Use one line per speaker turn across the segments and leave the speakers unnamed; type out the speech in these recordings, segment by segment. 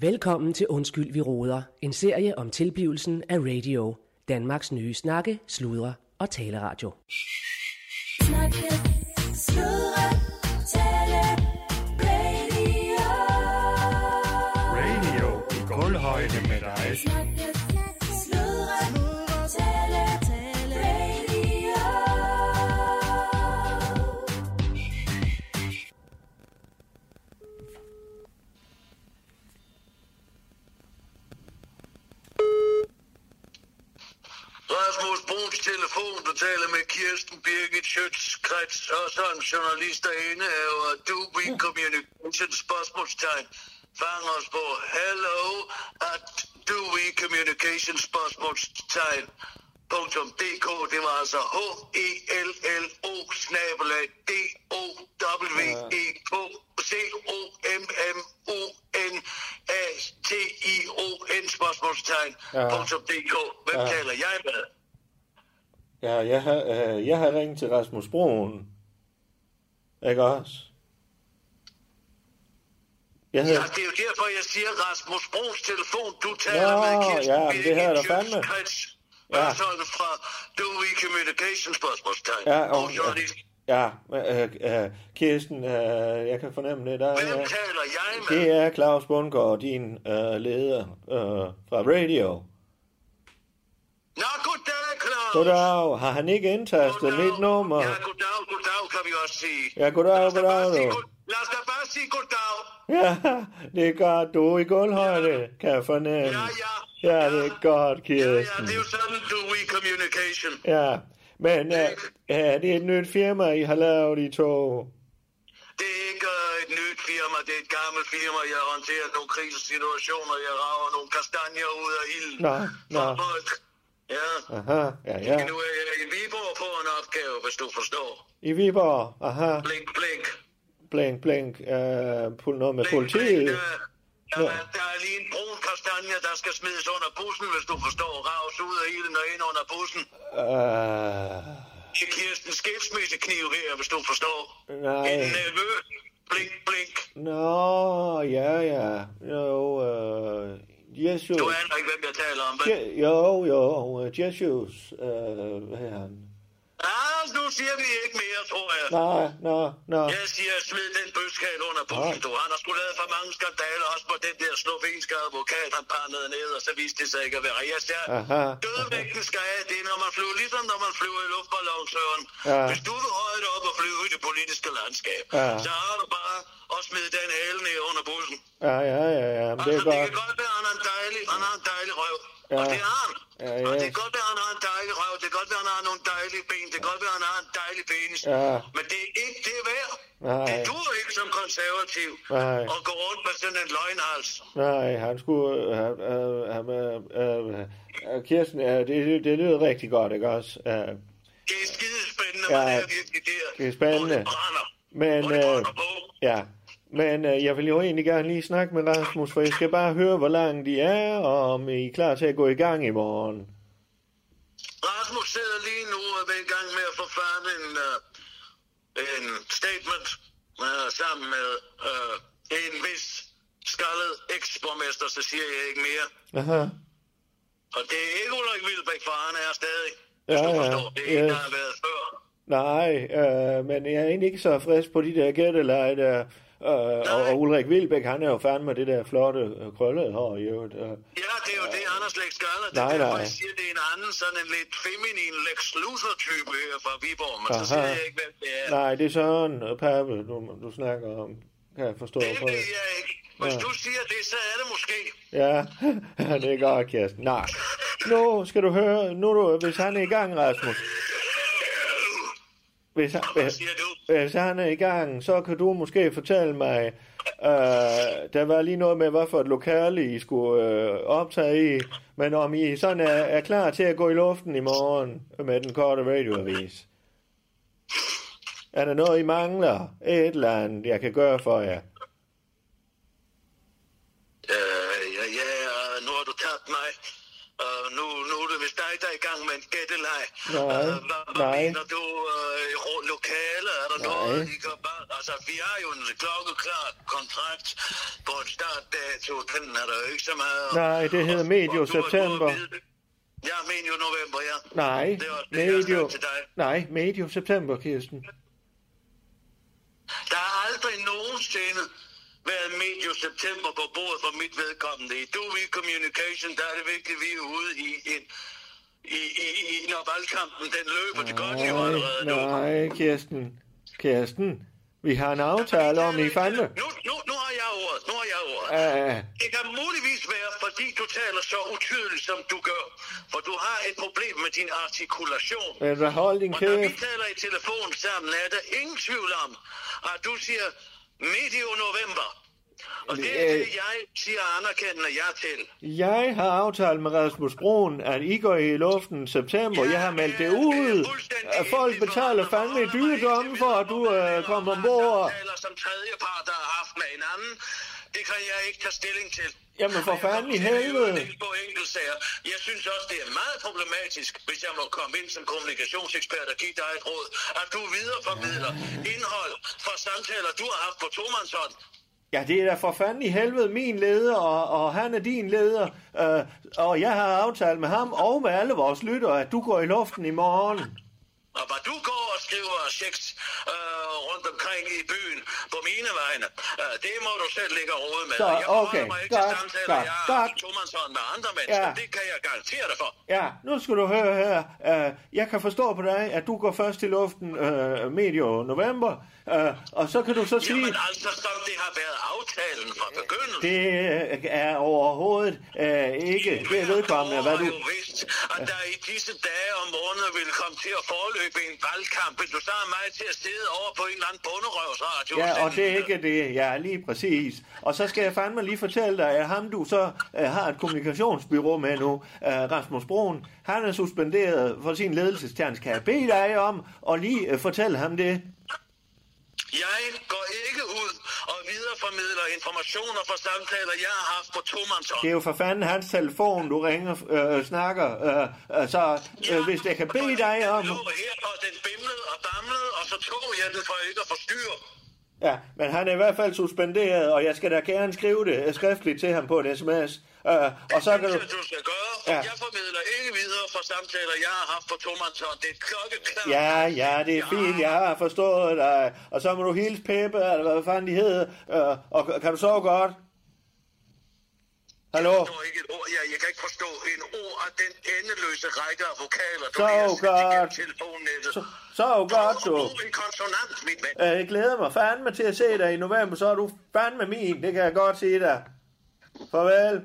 Velkommen til Undskyld, vi råder. En serie om tilblivelsen af radio. Danmarks nye snakke, sludre og taleradio.
Snakke, sludre, tale, radio.
Radio i gulvhøjde med dig.
Snakke, sludre, tale, tale, radio.
Rasmus Bruns telefon, du taler med Kirsten Birgit Schøtz-Krets, også en journalist derinde, og du i Communication spørgsmålstegn. Fang os på hello at du i Communication spørgsmålstegn. Punktum .dk, det var altså H-E-L-L-O, snabelag D-O-W-E-K, C-O-M-M-U-N-A-T-I-O-N, spørgsmålstegn,
Ja.
punktum .dk. Hvem
Ja.
taler jeg med?
Ja, jeg har, øh, jeg har ringet til Rasmus Broen. Ikke også? Jeg
Ja,
hedder...
det er jo derfor, jeg siger Rasmus Brugs telefon. Du taler
Nå,
med Kirsten
ja, men det her er da fandme. Ja.
Ja. fra Dewey Communication spørgsmålstegn.
Ja,
og,
og,
journalist.
ja, øh, øh, Kirsten, øh, jeg kan fornemme det. Der,
Hvem
er,
taler jeg med?
det er Claus Bundgaard, din øh, leder øh, fra radio.
Nå, goddag, Claus.
Goddag, har han ikke indtastet mit nummer?
Ja, goddag, goddag, kan vi også sige.
Ja, goddag,
Lad os da bare
goddag,
sige
du.
god- Lad os da bare sige goddag.
Ja, det er godt, du er i gulvhøjde, kan jeg fornemme.
Ja, ja.
Ja, det er godt,
Ja, ja,
Kirsten.
det er jo sådan, Dewey Communication.
Ja, men øh, øh, det er et nyt firma, I har lavet i to.
Det er ikke øh, et nyt firma, det er et gammelt firma. Jeg håndterer nogle krisesituationer, jeg rager nogle kastanjer ud af ilden.
Nå, nå.
Folk. Ja.
Aha, ja, ja.
Nu er jeg i Viborg på en opgave, hvis du forstår.
I Viborg, aha,
Blink, blink.
blink, blink, øh, pul noget med
Blink,
politiet.
blink, øh. Ja, men der er lige en brun kastanje, der skal smides under bussen, hvis du forstår. Ravs ud af ilden og ind under bussen.
Øh,
Det er Kirsten skilsmisse kniv her, hvis du forstår.
Nej.
En nervø. Blink, blink.
nå, ja, ja, jo, øh, Jesus.
Du aner ikke, hvem jeg taler om, vel?
Je- Jo, jo, øh, Jesus, øh, hvad er han?
Ah, nu siger vi ikke mere, tror jeg.
Nej, nå, nå,
Jeg siger, smid den bøskal under bussen,
Nej.
du. Han har sgu lavet for mange skandaler, også på den der slovenske advokat, han parnede ned, og så viste det sig ikke at være. Jeg siger,
aha,
dødvægten skal af, det er, når man flyver, ligesom når man flyver i luftballon, Søren.
Ja.
Hvis du vil højt op og flyve i det politiske landskab,
Ja.
så har du bare at smide den hæl ned under bussen.
ja, ja, ja, ja, men det
Altså,
er
det kan
godt.
godt være, at han har en dejlig, han har en dejlig røv.
Ja.
Og det har han.
Ja,
Og det
yes.
kan godt være, at han har en dejlig røv. Det kan godt være, at han har nogle dejlige ben. Det kan godt være, at han har en dejlig penis.
Ja.
Men det er ikke det værd.
Nej.
Det duer ikke som konservativ
Nej.
at gå rundt med sådan en løgnhals.
Nej, han skulle... Øh, øh, han, øh, øh, øh, Kirsten, øh, det, det lyder rigtig godt, ikke også? Øh,
Det er skidespændende,
Ja.
ja. det er virkelig der.
Det er spændende.
Hvor det brænder.
Men,
Hvor det
øh,
brænder på.
ja. Men øh, jeg vil jo egentlig gerne lige snakke med Rasmus, for jeg skal bare høre, hvor langt I er, og om I er klar til at gå i gang i morgen.
Rasmus sidder lige nu og er i gang med at forfatte en, uh, en statement uh, sammen med uh, en vis skaldet eksborgmester, så siger jeg ikke mere.
Aha.
Og det er ikke Ulrik Vilbæk, for han er stadig. Hvis
Ja,
du
ja.
forstår, det er ikke, der
Yes.
har været før.
Nej, øh, men jeg er egentlig ikke så frisk på de der gætteleje der. Øh, og, og Ulrik Vilbæk, han er jo fandme med det der flotte øh, krøllede hår i øvrigt. Øh.
Ja, det er jo det, han er slet ikke skaldet. Det
Nej,
er derfor,
nej.
jeg siger, det er en anden, sådan en lidt feminin Lex Luthor-type her fra Viborg, men så
Aha.
siger jeg ikke, hvem det er.
Nej, det er sådan, øh, Pappe, du, du snakker om. Kan jeg forstå?
Det
på
ved jeg ikke. Hvis
Ja.
du siger det, så er det måske.
Ja, det er godt, Kirsten. Nej. Nu skal du høre, nu er du, hvis han er i gang, Rasmus. Hvis han,
Hvad siger du?
hvis han er i gang, så kan du måske fortælle mig, øh, der var lige noget med, hvad for et lokale I skulle øh, optage i, men om I sådan er, er klar til at gå i luften i morgen med den korte radioavis. Er der noget, I mangler? Et eller andet, jeg kan gøre for jer?
Øh, ja, ja, øh, nu har du tabt mig. Uh, nu, nu er det vist dig, der er i gang med en gætteleg.
Nej,
Øh, hvad, hvad
nej.
mener du? Uh, lokale? Er der
Nej.
noget, I kan bare... altså, vi har jo en klokkeklar kontrakt på en startdato. Den er der jo ikke så meget. om.
Nej, det hedder medio
Og du er god at
september.
vide det. Ja, medio november, ja.
Nej,
Det var det, jeg
medio,
sagde til dig.
nej, medio september, Kirsten.
Der har aldrig nogensinde været medio september på bordet for mit vedkommende. I Dovi Communication, der er det vigtigt, at vi er ude i en... I, i, i, når valgkampen den løber, det gør den jo allerede nu.
nej, Kirsten. Kirsten, vi har en aftale om, I fandme.
Nu, nu, nu har jeg ordet, nu har jeg ordet.
Ah,
Det kan muligvis være, fordi du taler så utydeligt, som du gør. For du har et problem med din artikulation.
men hvad hold din
Og når vi
kæft.
taler i telefon sammen, er der ingen tvivl om, at du siger medio november. Og det er
Men, øh,
det, jeg siger anerkendende ja til.
Jeg har aftalt med Rasmus Broen, at I går i luften september. Jeg har meldt det
Ja,
ud.
det er fuldstændig
At folk
enig for
betaler
mig,
fandme
og holder mig
dyredomme
helt
for, at
til
du
videre,
øh, kommer
og
ombord.
samtaler som tredjepart, der har haft med en anden. Det kan jeg ikke tage stilling til.
Jamen, for
Og jeg
fanden i
kommer til at leve
helvede.
en del på enkeltsager. Jeg synes også, det er meget problematisk, hvis jeg må komme ind som kommunikationsekspert og give dig et råd, at du videreformidler indhold fra samtaler, du har haft på tomandshånd.
Ja, det er da for fanden i helvede min leder, og, og han er din leder. Øh, og jeg har aftalt med ham og med alle vores lyttere, at du går i luften i morgen.
Og hvad du går og skriver checks øh, rundt omkring i byen på mine vegne, øh, det må du selv ligge og rode med.
Så,
Og jeg forholder
okay.
mig ikke
Godt,
til samtaler,
godt,
jeg
godt.
har tomandshånd med andre mennesker.
Ja.
Det kan jeg garantere dig for.
Ja, nu skal du høre her. Øh, jeg kan forstå på dig, at du går først i luften øh, medio november, øh, og så kan du så sige...
Jamen altså, som det har været aftalen fra begyndelsen.
Det er overhovedet øh, ikke det vedkommende, hvad
Jeg
du...
har jo vidst, at der i disse dage og måneder ville komme til at forløbe en valgkamp. Vil du så have mig til at sidde over på en eller anden bunderøvsradio?
Ja, og det er ikke det. Ja, lige præcis. Og så skal jeg fandme lige fortælle dig, at ham du så øh, har et kommunikationsbyrå med nu, øh, Rasmus Broen, han er suspenderet for sin ledelsestjern. Kan jeg bede dig om at lige øh, fortælle ham det?
Jeg går ikke ud og videreformidler informationer fra samtaler, jeg har haft på tomandshånd.
Det er jo for fanden hans telefon, du ringer øh, snakker. Øh, øh, så øh, hvis jeg kan bede dig om...
Jeg lå her, og den bimlede og bamlede, og så tog jeg den for ikke at forstyrre.
Ja, men han er i hvert fald suspenderet, og jeg skal da gerne skrive det øh, skriftligt til ham på et sms. Øh, og så kan
Det
du...
synes jeg, du skal gøre.
Ja.
Ja. Jeg formidler ikke videre fra samtaler, jeg har haft på tomandshånd. Det er klokkeklart.
Ja, ja, det er fint, jeg har forstået dig. Og så må du hilse Peppe, eller hvad fanden de hedder. Øh, og kan du sove godt? Hallo?
Jeg forstår ikke et ord. Jeg, jeg kan ikke forstå en ord af den endeløse række af vokaler, du
Så
lige har sendt
godt.
igennem telefonnettet.
Så- Sov godt, du.
Brug en konsonant, mit ven.
Øh, jeg glæder mig fandme til at se dig i november, så er du fandme min, det kan jeg godt sige dig. Farvel.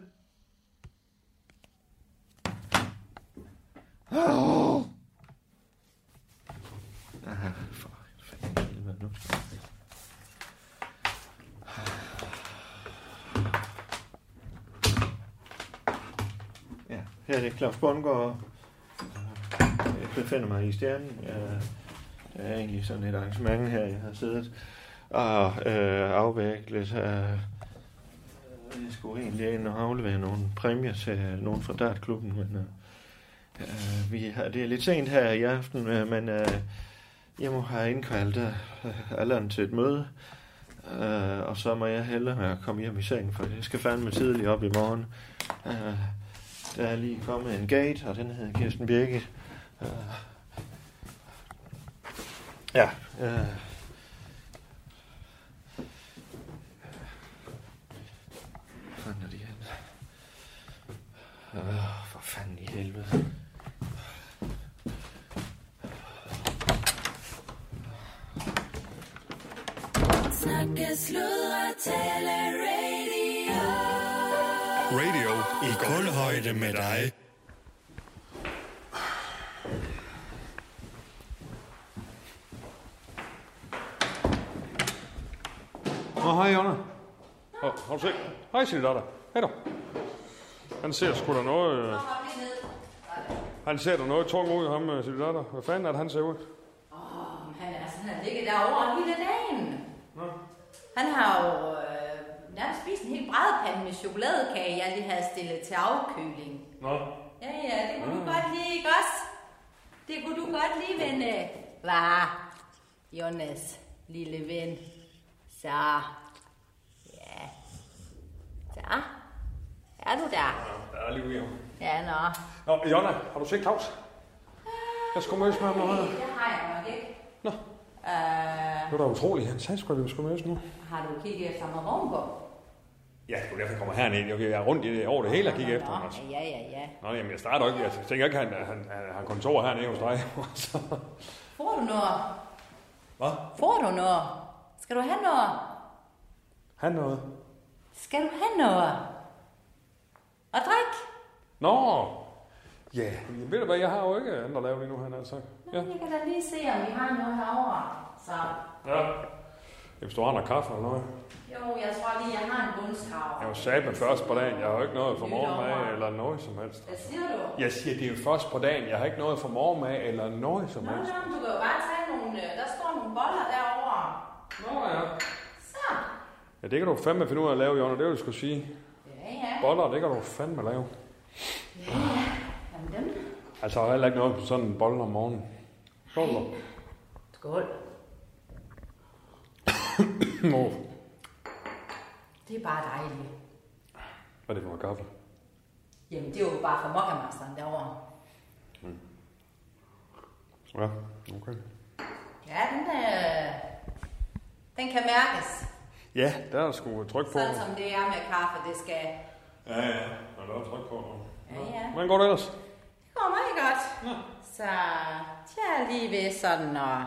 Ja, her er det Claus Bundgaard. Jeg befinder mig i stjernen. Jeg det er egentlig sådan et arrangement her, jeg har siddet og øh, afviklet. Øh, jeg skulle egentlig ind og aflevere nogle præmier til nogen fra Dartklubben, men øh, øh, vi har, det er lidt sent her i aften, øh, men øh, jeg må have indkaldt øh, Allan til et møde, øh, og så må jeg hellere komme hjem i seng, for jeg skal fandme tidligt op i morgen. Øh, der er lige kommet en gate, og den hedder Kirsten Birgit. Øh, Ja. Øh. Fanden er de hen? Øh, for fanden i helvede.
Snakke, sludre, tale, radio.
Radio i kulhøjde med dig.
Nå, hej, Jonna.
Åh, har du set? Hej, Sinilotta. Hej du. Han ser sgu da noget... Øh... Han ser da noget tung ud, ham øh, Sinilotta. Hvad fanden er det, han ser ud?
Åh, han, altså, han har ligget derovre hele dagen. Han har jo øh, nærmest spist en hel brædepande med chokoladekage, jeg lige havde stillet til afkøling.
Nå.
Ja, ja, det kunne
Mm.
du godt lide, ikke også? Det kunne du godt lide, ven. øh. Hva? Jonas, lille ven. Så. Ja. Så. Er du der?
Der er lige ude i ham.
Ja, nå.
Nå, Jonna, har du set Claus? Jeg skulle mødes med ham nu her.
Det har jeg nok ikke.
Nå,
Uh,
det var da utroligt. Han sagde sgu, at vi skulle mødes nu.
har du kigget efter mig Vogngaard?
Ja, det er jo derfor, jeg kommer herned. Jeg er rundt i det, over det hele og kigger efter ham. Altså.
Nå, Ja, ja, ja.
Nå, jamen, jeg starter ikke. Jeg tænker ikke, at han, han, han har kontor hernede hos dig. Så.
Får du noget?
Hvad?
Får du noget? Skal du have noget?
Han noget?
Skal du have noget? Og drik?
Nå! Ja, yeah. ved du hvad, jeg har jo ikke andre lavet lige nu, han har sagt. Ja.
Jeg kan da lige se, om vi har noget herovre. Så,
ja. Hvis du har noget kaffe eller noget.
jo, jeg tror lige, jeg har en bundskrav.
Jeg var sat med først på dagen. Jeg har jo ikke noget for morgenmad eller noget som helst.
Hvad siger du?
Jeg siger, det er jo først på dagen. Jeg har ikke noget for morgenmad eller noget som
Nå,
helst.
nå, men du kan jo bare tage nogle... øh, Der står nogle boller derovre.
Nå ja.
Så.
Ja, det kan du fandme finde ud af at lave, Jonna. Det vil jeg skulle sige.
Ja, ja.
Boller, det kan du fandme lave.
Jamen dem.
Altså, jeg har heller ikke noget på sådan en bolle om morgenen. Boller.
Skål.
Mor.
Det er bare dejligt.
Hvad er det for noget kaffe?
Jamen, det er jo bare fra mokkamasteren derovre.
Mm. Ja, okay.
Ja, den, øh, den kan mærkes.
Ja, der er sgu tryk på.
Sådan som det er med kaffe, det skal...
Ja, ja. Der er tryk på.
Ja, ja.
Hvordan går det ellers?
Det går meget godt. Så jeg er lige ved sådan at,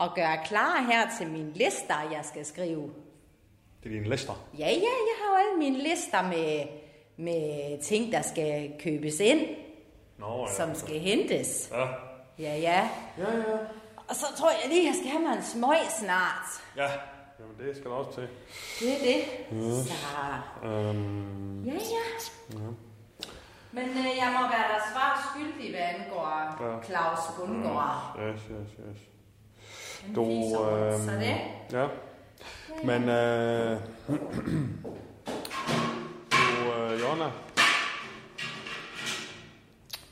at gøre klar her til mine lister, jeg skal skrive.
Det er din lister.
Ja, ja, jeg har jo alle mine lister med, med ting, der skal købes ind,
Nå, ja.
som skal hentes.
Ja.
Ja, ja.
Ja, ja.
Og så tror jeg lige, jeg skal have mig en smøg snart.
Ja. Jamen, det skal der også til.
Det er det. Så,
Øhm,
ja, ja. Men øh, jeg må være dig svar skyldig, hvad angår
Ja. Mm.
Claus Bundgaard.
yes, yes, yes.
Han
Du,
fiser rundt,
øhm,
Så det.
Ja. Men, øh, du, øh, Jonna.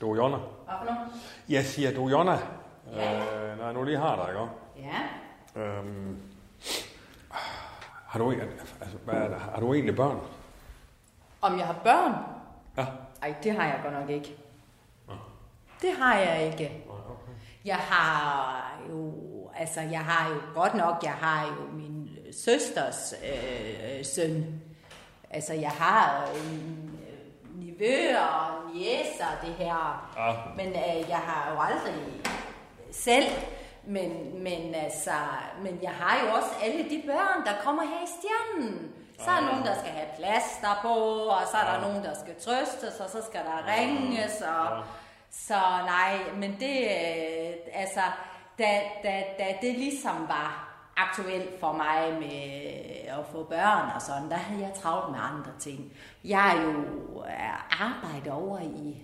Du, Jonna.
Hvad for noget?
Jeg siger, du, Jonna.
Ja.
Øh, når jeg nu lige har dig, ikke? også?
Ja.
Øhm, har, du, egentlig- altså, hvad er der, har du egentlig børn?
Om jeg har børn?
Ja.
Ej, det har jeg godt nok ikke. Det har jeg ikke. Jeg har jo, altså jeg har jo godt nok, jeg har jo min søsters øh, øh, søn. Altså jeg har øh, nivøer og niæser og det her.
Ja.
Men øh, jeg har jo aldrig selv. Men, men altså, men jeg har jo også alle de børn, der kommer her i stjernen. Så er der nogen, der skal have plaster på, og så er der nogen, der skal trøstes, og så skal der ringes,
Ah,
og... Så nej, men det, øh, altså, da, da, da det ligesom var aktuelt for mig med at få børn og sådan, der havde jeg travlt med andre ting. Jeg er jo øh, arbejder over i,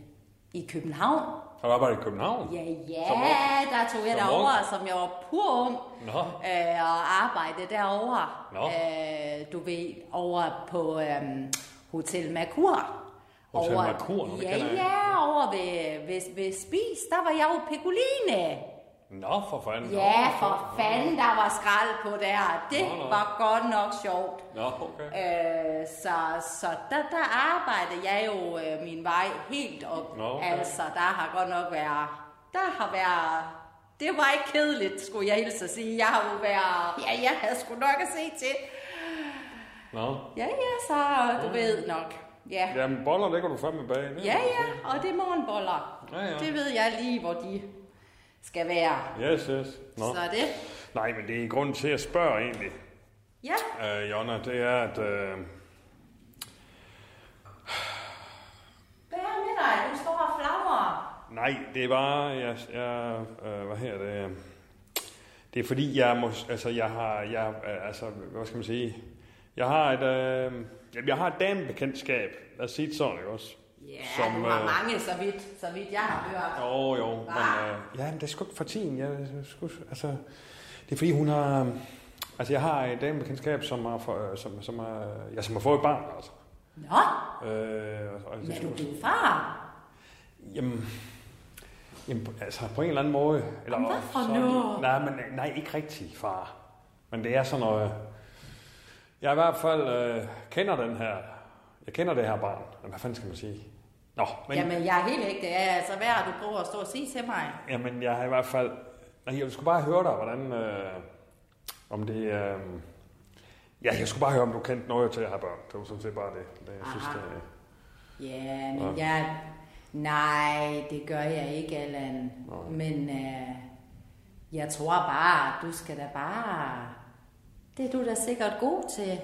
i København.
Har du arbejdet i København?
Ja,
Som
ja,
ung?
der tog jeg
Som
derover,
ung?
som jeg var pur ung,
Nå.
øh, og arbejdede derovre,
Nå.
øh, du ved, over på øhm, Hotel Mercur.
Hotel
Over-
Mercur, nå, det
ja,
kender jeg.
ja, over ved, ved, ved Spis, der var jeg jo Pecoline.
Nå, for fanden.
Ja,
Nå,
for fanden, der var skrald på der. Det
Nå, nå.
var godt nok sjovt.
Nå, okay.
Øh, så så der, der arbejdede jeg jo øh, min vej helt op.
Nå, okay.
Altså, der har godt nok været... Der har været... Det var ikke kedeligt, skulle jeg hilse at sige. Jeg har jo været... Ja, jeg havde sgu nok at se til.
Nå.
Ja, ja, så du ved nok. Ja, ja,
Jamen, boller lægger du fandme bag. Det er
ja,
godt
ja og det er morgenboller.
Ja, ja.
Det ved jeg lige, hvor de skal være.
set. Yes, yes. Nå.
Så er det.
Nej, men det er grunden til at spørge egentlig,
Ja,
øh, Jonna, det er, at... Øh,
hvad er med dig? Du står og flagrer.
nej, det er bare, jeg, jeg øh, hvad her det... øh, Det er fordi, jeg må, altså, jeg har, jeg, øh, altså, hvad skal man sige, jeg har et, øh, jamen, jeg har et damebekendtskab, lad os sige det sådan, ikke også?
Ja, Som, du har mange, så vidt, så vidt jeg har hørt.
øh, Jo, jo, men,
Hva?
øh, ja, men det er sgu ikke for tiden, jeg, jeg skulle, altså, det er fordi, hun har, øh, altså, jeg har et damebekendtskab, som har, for, øh, som, som, har, ja, som har fået et barn, altså.
Nå,
Øh, og, og,
ja, du blev far.
Jamen, jamen, altså på en eller anden måde. Eller,
Jamen, hvad for
sådan-
noget?
Nej, men, nej, ikke rigtig, far. Men det er sådan noget... Jeg i hvert fald øh, kender den her, jeg kender det her barn. Hvad fanden skal man sige? Nå, men,
Jamen, jeg er helt ægte. Ja, altså, hvad har du prøvet at stå og sige til mig?
Jamen, jeg har i hvert fald... Nej, Jeg skulle bare høre dig, hvordan... Øh, om det... Øh, ja, jeg skulle bare høre, om du kendte noget til at have børn. Det var sådan set bare det. det jeg synes,
Aha.
det, øh,
Ja, men jeg... Nej, det gør jeg ikke, Allan. Men øh, jeg tror bare, du skal da bare... Det er du da sikkert god til.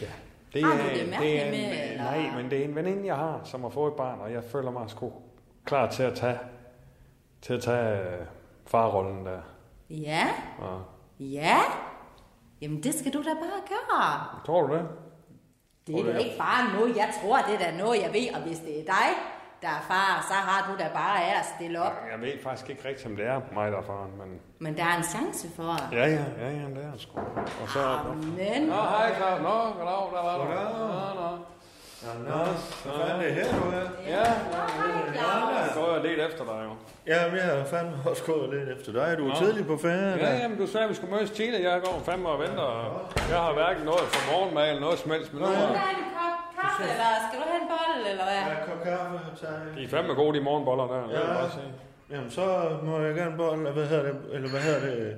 ja. Det
Har du det
det
mærkeligt
er en,
med, eller?
Nej, men det er en veninde, jeg har, som har fået et barn, og jeg føler mig sgu klar til at tage, til at tage øh, farrollen der.
Ja,
Og,
ja. Jamen, det skal du da bare gøre.
tror du det?
Det er da ikke bare noget, jeg tror, det er da noget, jeg ved. Og hvis det er dig, der er far, så har du da bare af at stille op.
Jeg ved faktisk ikke rigtigt, om det er mig, der er faren, men...
Men der er en chance for det.
Ja, ja, ja, ja, det er det sgu. Og så...
Men
Nå, hej, Claus. Nå, goddag, der var du. Nå, nå.
Nå, hvad er det her, du er?
Ja, jeg går og lidt efter dig jo.
Jamen, jeg har fandme også gået lidt efter dig. Du er tidlig på ferien.
Ja, jamen, du sagde, at vi skulle mødes tidligt. Jeg går fandme og venter. og Jeg har hverken noget for morgenmad eller noget som helst. Men nu er
Skal du have en kop kaffe, eller skal du have en bolle, eller hvad?
Ja, kop kaffe, tak.
de er fandme gode, de morgenboller der. Det kan jeg bare sige.
Jamen, så må jeg gerne bold, eller hvad hedder det, eller hvad hedder det,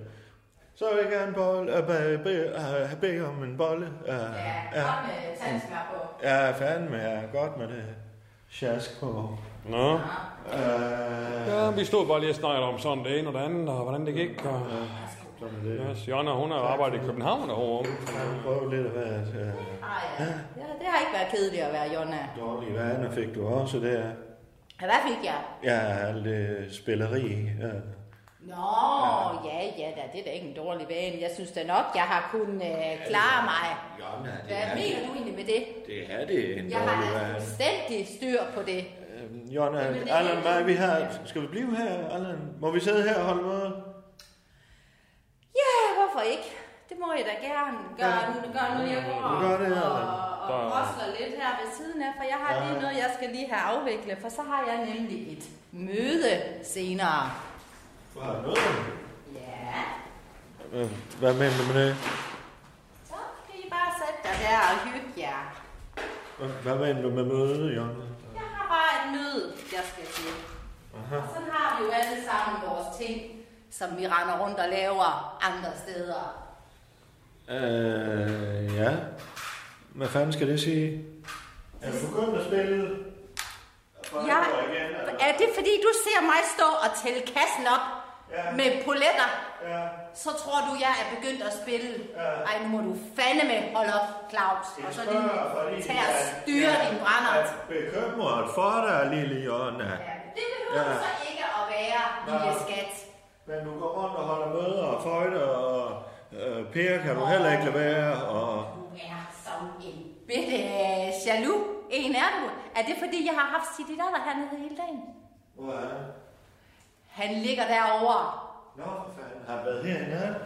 så vil jeg gerne bold, og be, be, have bedt om en bolle. Ja,
Ja, kom øh, med tandsmør på.
ja, fandme, jeg er godt med det sjask på.
Nå.
Øh,
Ja, vi stod bare lige og snakkede om sådan det ene og det andet, og hvordan det gik. Og...
sådan lidt.
Ja, Jonna, hun har arbejdet i København og hun.
Jeg prøver lidt at være et øh,
Ej, ja. ja. det har ikke været kedeligt at være Jonna.
dårligt vaner, fik du også der.
Hvad fik jeg?
Ja, alt det spilleri. Ja.
Nå, ja, ja, da, det er da ikke en dårlig vane. Jeg synes da nok, jeg har kunnet øh, klare mig.
Jonna, det
Hvad mener du egentlig med det?
det er det en
Jeg har
dårlig
da
vane.
fuldstændig styr på det.
Øhm, Jonna,
Jamen, det er
Allan,
ikke-
mig, vi har... Skal vi blive her, Allan? Må vi sidde her og holde møde?
Ja, hvorfor ikke? Det må jeg da gerne gøre,
Ja.
nu, gør nu jeg går
Du gør det, ja.
og, og rosler lidt her ved siden af, for jeg har lige noget, jeg skal lige have afviklet, for så har jeg nemlig et møde senere.
Bare noget.
Ja,
Øh, Hvad mener du med det?
så kan I bare sætte dig der og hygge jer.
Hvad mener du med møde, Jonna?
Jeg har bare et møde, jeg skal til. Og så har vi jo alle sammen vores ting, som vi render rundt og laver andre steder.
Øh, ja. Hvad fanden skal det sige? Er du begyndt at spille?
Ja, er det fordi du ser mig stå og tælle kassen op
Ja.
med poletter?
Ja.
Så tror du, jeg er begyndt at spille. Ej, nu må du fandeme holde op, Claus. Og så din, tag og styre din brænder.
Jeg er bekymret for dig, lille Jonna.
Ja, det behøver
Ja.
du så ikke at være, lille skat.
Men du går rundt og holder møder og føjter, og øh, Per kan du heller ikke lade være, og...
Du er som en bitte øh, jaloux. En er du. Er det fordi, jeg har haft sit datter hernede hele dagen?
Hvor er han?
Han ligger derovre.
Nå, for fanden, har han været her i nat?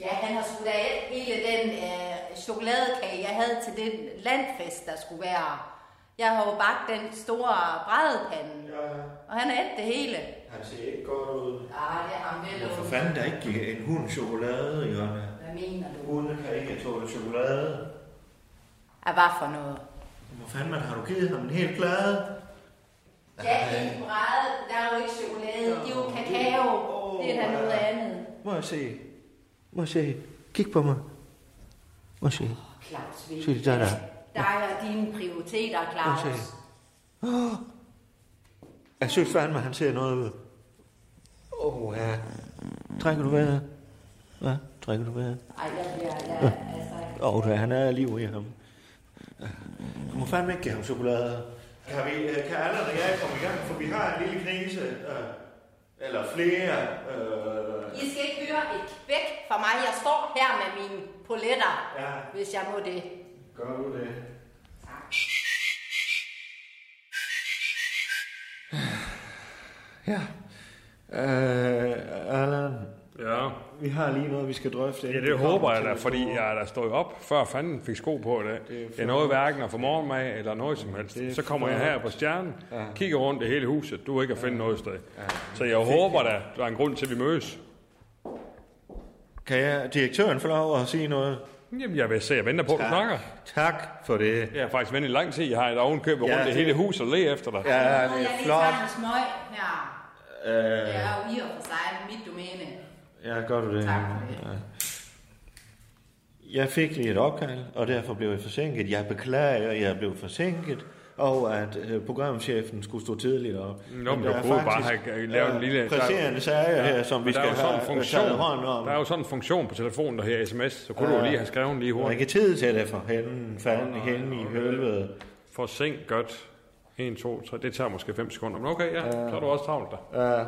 Ja, han har skudt af hele den øh, chokoladekage, jeg havde til den landfest, der skulle være. Jeg har jo bagt den store brædepande, ja.
Ja,
og han har ædt det hele.
han ser ikke godt ud.
Ah, det har han vel
Hvorfor
ondt.
fanden der ikke give en hund chokolade, Jonna?
Hvad mener du?
Hunde kan ikke tåle chokolade.
Ah, hvad for noget?
Hvor fanden man, har du givet ham en helt plade?
Ja, en bræde, der er jo ikke chokolade, det er jo kakao. Det er da noget andet.
Må jeg se? Må jeg se? Kig på mig. Må jeg se?
Claus,
Se det der, der.
dig og dine prioriteter, Claus.
se. Jeg synes fandme, han ser noget ud. Åh, oh, ja. Trækker du vejret? Hvad? Trækker du vejret?
Ej, jeg bliver, jeg, altså,
Åh, oh, han er liv i ham. Du må fandme ikke give ham chokolade. Kan, vi, øh, kan alle og jeg komme i gang, for vi har en lille krise. Øh, eller flere. Øh,
I skal ikke høre et kvæk fra mig. Jeg står her med mine poletter,
Ja.
hvis jeg må det.
gør du det? Ja. Øh, Allan,
Ja.
vi har lige noget, vi skal drøfte.
Ja, det håber jeg da, fordi jeg der stod op, før fanden fik sko på i dag. Det er noget hverken at få morgenmad eller noget som helst. Så kommer jeg her på stjernen, kigger rundt i hele huset. Du er ikke at finde noget sted. Så jeg håber da, der er en grund til, at vi mødes.
Kan jeg, direktøren få lov at sige noget?
Jamen, jeg vil se, jeg venter på, at du snakker.
Tak for det.
Jeg har faktisk ventet i lang tid. Jeg har et ovenkøb rundt
Ja,
det
det-
hele huset og le efter dig.
Ja,
Og
det
jeg
er
lige
flot.
tager en smøg her.
Øh,
Det er jo i og for sig mit domæne.
ja, gør du det.
Tak for det.
Ja. Jeg fik lige et opkald, og derfor blev jeg forsinket. Jeg beklager, at jeg blev forsinket, og at øh, programchefen skulle stå tidligt op.
Nå, men du
der er
kunne jo bare
faktisk,
have lavet en
øh,
lille-
Presserende sager her, som vi
Men der er
skal
jo sådan
have
en
have
funktion,
taget hånd om.
der er jo sådan en funktion på telefonen, der her sms, så kunne du jo lige have skrevet den lige
Og
hurtigt.
ikke tid til det for henden, Mm, fanden i hende i helvede.
For sent godt. 1, 2, 3. Det tager måske 5 sekunder. Men okay, ja. Så er du også travlt der.
Øh, Ja,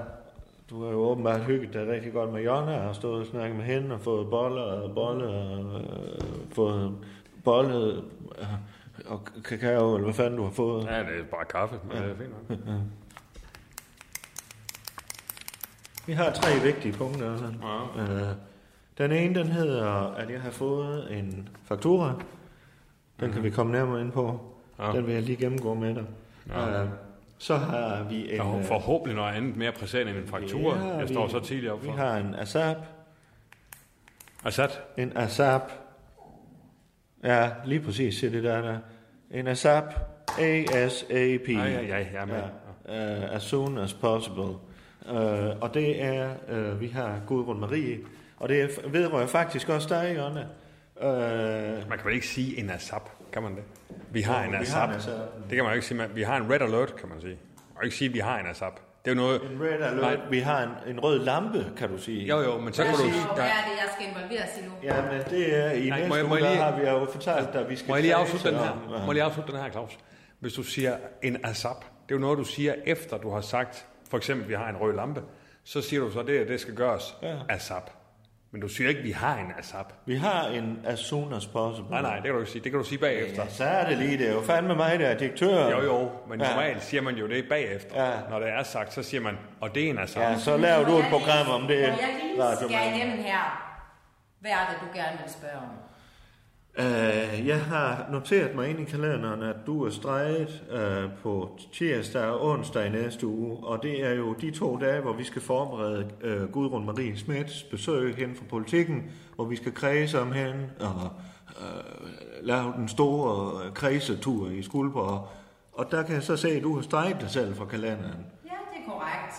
du har jo åbenbart hygget dig rigtig godt med Jonna, og har stået og snakket med hende, og fået boller og boller, og øh, fået bolle øh, og kakao, eller hvad fanden du har fået.
Ja, det er bare kaffe, men det er fint nok.
Vi har tre vigtige punkter. Altså. Ja. Øh, den ene, den hedder, at jeg har fået en faktura. Den kan vi komme nærmere ind på.
Mhm. Ja.
Den vil jeg lige gennemgå med dig. Ja. Øh, så har vi en...
Der er
øh,
forhåbentlig noget andet mere præsent end en fraktur.
ja,
Jeg
vi-
står så tidligt op
Vi
for.
har en ASAP,
Assad?
En ASAP. Ja, lige præcis. Se det der, der. En ASAP. ASAP.
Ja, ja, ja, ja, men-
ja. Uh, as soon as possible. Uh, og det er, uh, vi har Gudrun Marie, og det er- vedrører faktisk også dig, Jonna. Uh,
Man kan vel ikke sige en ASAP, kan man det? Vi har en
vi har
ASAP.
en ASAP.
Det kan man jo ikke sige. man- Vi har en red alert, kan man sige. Og ikke sige, at vi har en ASAP. Det er jo noget...
en red alert.
Nej.
Vi har en, en rød lampe, kan du sige.
Jo, jo, men så kan
Hvad
du...
siger du?
Der,
Hvad er det, jeg skal involveres i nu?
Ja, men det er i
Nej,
næste
må jeg- må
uge,
jeg
der
lige-
har vi jo fortalt dig, at vi skal
Må jeg lige
kredse
afslutte den
om,
her? Må jeg lige afslutte den her, Claus? Hvis du siger en ASAP, det er jo noget, du siger efter, du har sagt, for eksempel, vi har en rød lampe, så siger du så, det, og det skal gøres
Ja.
ASAP. Men du siger ikke, vi har en ASAP.
Vi har en as soon as possible.
Nej, nej, det kan du ikke sige. Det kan du sige bagefter.
Ja, så er det lige, det er jo fandme mig, der er direktør.
Jo, jo, men
Ja.
normalt siger man jo det bagefter.
Ja.
Når det er sagt, så siger man, og det er en ASAP.
Ja, så laver du et program om det.
Når jeg lige
Radio
skal
Man.
igennem her, hvad er det, du gerne vil spørge om?
Øh, jeg har noteret mig ind i kalenderen, at du er streget øh, på tirsdag og onsdag i næste uge, og det er jo de to dage, hvor vi skal forberede øh, Gudrun Marie Smits besøg hen fra politikken, hvor vi skal kredse om hende og øh, lave den store øh, kredsetur i Skuldborg. Og der kan jeg så se, at du har streget dig selv fra kalenderen.
Ja, det er korrekt.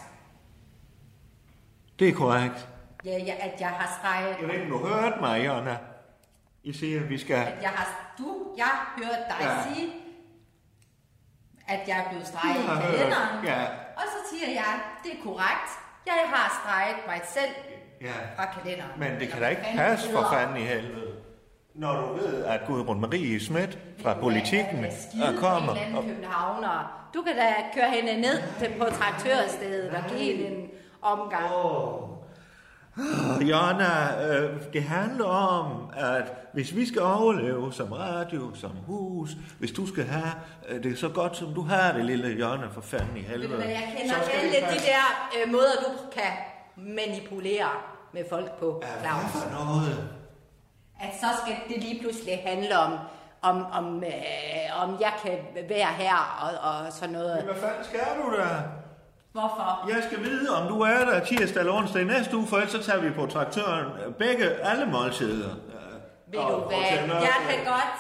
Det er korrekt.
Ja, ja, at jeg har streget...
Jeg ved ikke, om du hørte mig, Jonna. I siger, at vi skal...
At jeg har... Du, jeg hørte dig
Ja.
sige, at jeg er blevet
Du
streget i
har hørt,
kalenderen.
ja.
Og så siger jeg, det er korrekt. Jeg har streget mig selv
Ja.
fra kalenderen.
Men det
Eller
kan da ikke
hvad fanden
passe
det
for
hedder.
fanden i helvede. Når du ved, at Gudrun Marie Schmidt fra
Ja,
politikken
ja, skide
øh, kommer...
en eller anden
Og,
københavner. Du kan da køre hende ned til- på traktørstedet og give hende en omgang.
og Jonna, øh, det handler om, at hvis vi skal overleve som radio, som hus, hvis du skal have øh, det så godt, som du har det, lille Jonna, for fanden i
Ved du
helvede.
hvad, jeg kender
så skal vi
alle de
faktisk-
der øh, måder, du kan manipulere med folk på,
Hvad
Claus.
for noget?
At så skal det lige pludselig handle om, om, om, øh, om jeg kan være her og, og sådan
Men
noget.
Hvad fanden skal du da?
Hvorfor?
Jeg skal vide, om du er der tirsdag eller onsdag i næste uge, for ellers så tager vi på traktøren øh, begge, alle måltider. Øh,
Ved
og-
du
og
hvad?
tænder-
Jeg kan godt,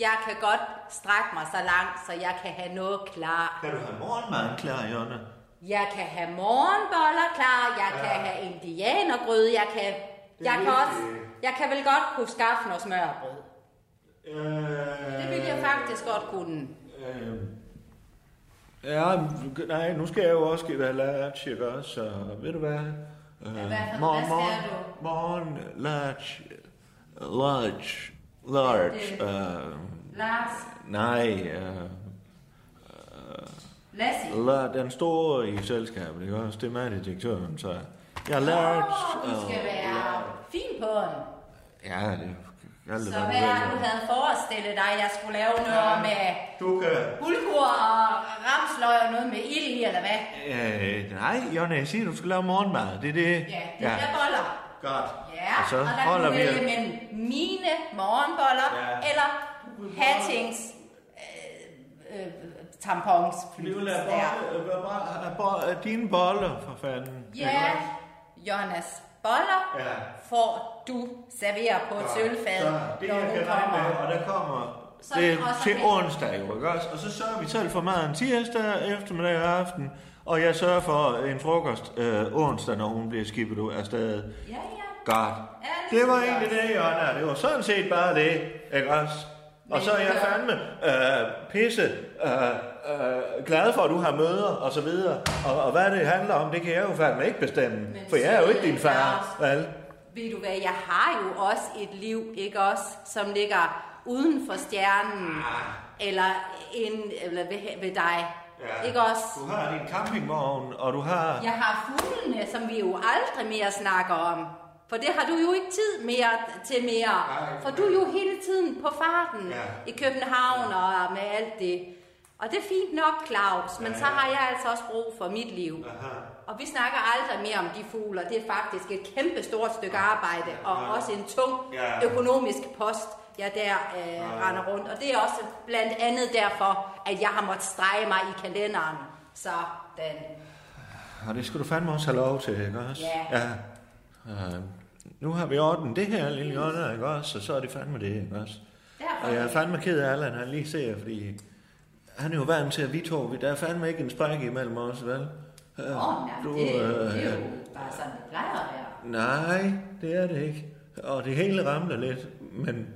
jeg kan godt strække mig så langt, så jeg kan have noget klar.
Kan du have morgenmaden klar, Jonna?
Jeg kan have morgenboller klar, jeg ja. kan have indianergrød, jeg kan, jeg kan,
virkelig-
også, jeg kan vel godt kunne skaffe noget smørbrød.
Øh,
Det ville jeg faktisk godt kunne.
øh, ja, nej, nu skal jeg jo også give latch, ikke også? Så ved du hvad? Øh,
hvad for- hvad skal du?
morgen, latch, latch, large, øh,
Lars,
nej, øh,
Lassie.
La, den store i selskabet, ikke også? Det er mig, det er direktøren, så... Jeg er lært...
Åh, du skal være fin på den.
Ja, det er aldrig
Så
været
hvad er det,
uheldig.
du havde forestillet dig, jeg skulle lave noget med
Du kan...
hulkur og ramsløg og noget med ild i, eller hvad?
Øh, nej, Jonna, jeg siger, du skal lave morgenmad. Det er det.
Ja, det er der boller.
Godt.
Ja,
og så
og der
holder
kan du
vi...
vælge mellem mine morgenboller
Ja.
eller Hattings øh, øh, tampons.
Vi vil have
Ja.
bolle- øh, bare- have bolle- øh, dine boller, for fanden.
Ja, Jonas Boller
Ja.
får du serverer på et sølvfad,
Så det
når
jeg
hun
kan regne med, og
kommer.
der kommer...
Så-
Det er
og så
til
med-
onsdag, jo, ikke også? Og så sørger vi selv for maden tirsdag eftermiddag og aften, og jeg sørger for en frokost øh, onsdag, når hun bliver skibet ud af stedet.
Ja, ja.
Godt.
Ja,
Det var
det er
egentlig det, Jonna. Det var sådan set bare det, ikke også? Og så er jeg fandme øh, pisse øh, øh, glad for, at du har møder og så videre. Og, og hvad det handler om, det kan jeg jo fandme ikke bestemme.
Men
For jeg er jo ikke
så er
din
det
far, vel?
Ved du hvad, jeg har jo også et liv, ikke også, som ligger uden for stjernen, eller, ind, eller ved, ved dig,
Ah. Ja.
ikke også?
Du har din campingvogn, og du har...
Jeg har fuglene, som vi jo aldrig mere snakker om. For det har du jo ikke tid mere til mere.
Nej.
for du er jo hele tiden på farten
Ja.
i København og med alt det. Og det er fint nok, Claus, men så har jeg altså også brug for mit liv. Og vi snakker aldrig mere om de fugler. Det er faktisk et kæmpe stort stykke arbejde, og også en tung
Ja.
økonomisk post, jeg der øh, render rundt. Og det er også blandt andet derfor, at jeg har måttet strege mig i kalenderen. Sådan.
Og det skulle du fandme også have lov til, ikke også?
Ja.
ja. Øh, nu har vi orden det her, lille Jonna, ikke også? Og så er det fandme det, ikke også?
Derfor
Og jeg er fandme ked af, at Allan han lige ser, fordi han er jo vant til, at vi to, vi- der er fandme ikke en spræk imellem os, vel? Øh,
Åh, nej, det,
øh,
det er jo bare sådan, det plejer at være.
Nej, det er det ikke. Og det hele ramler lidt, men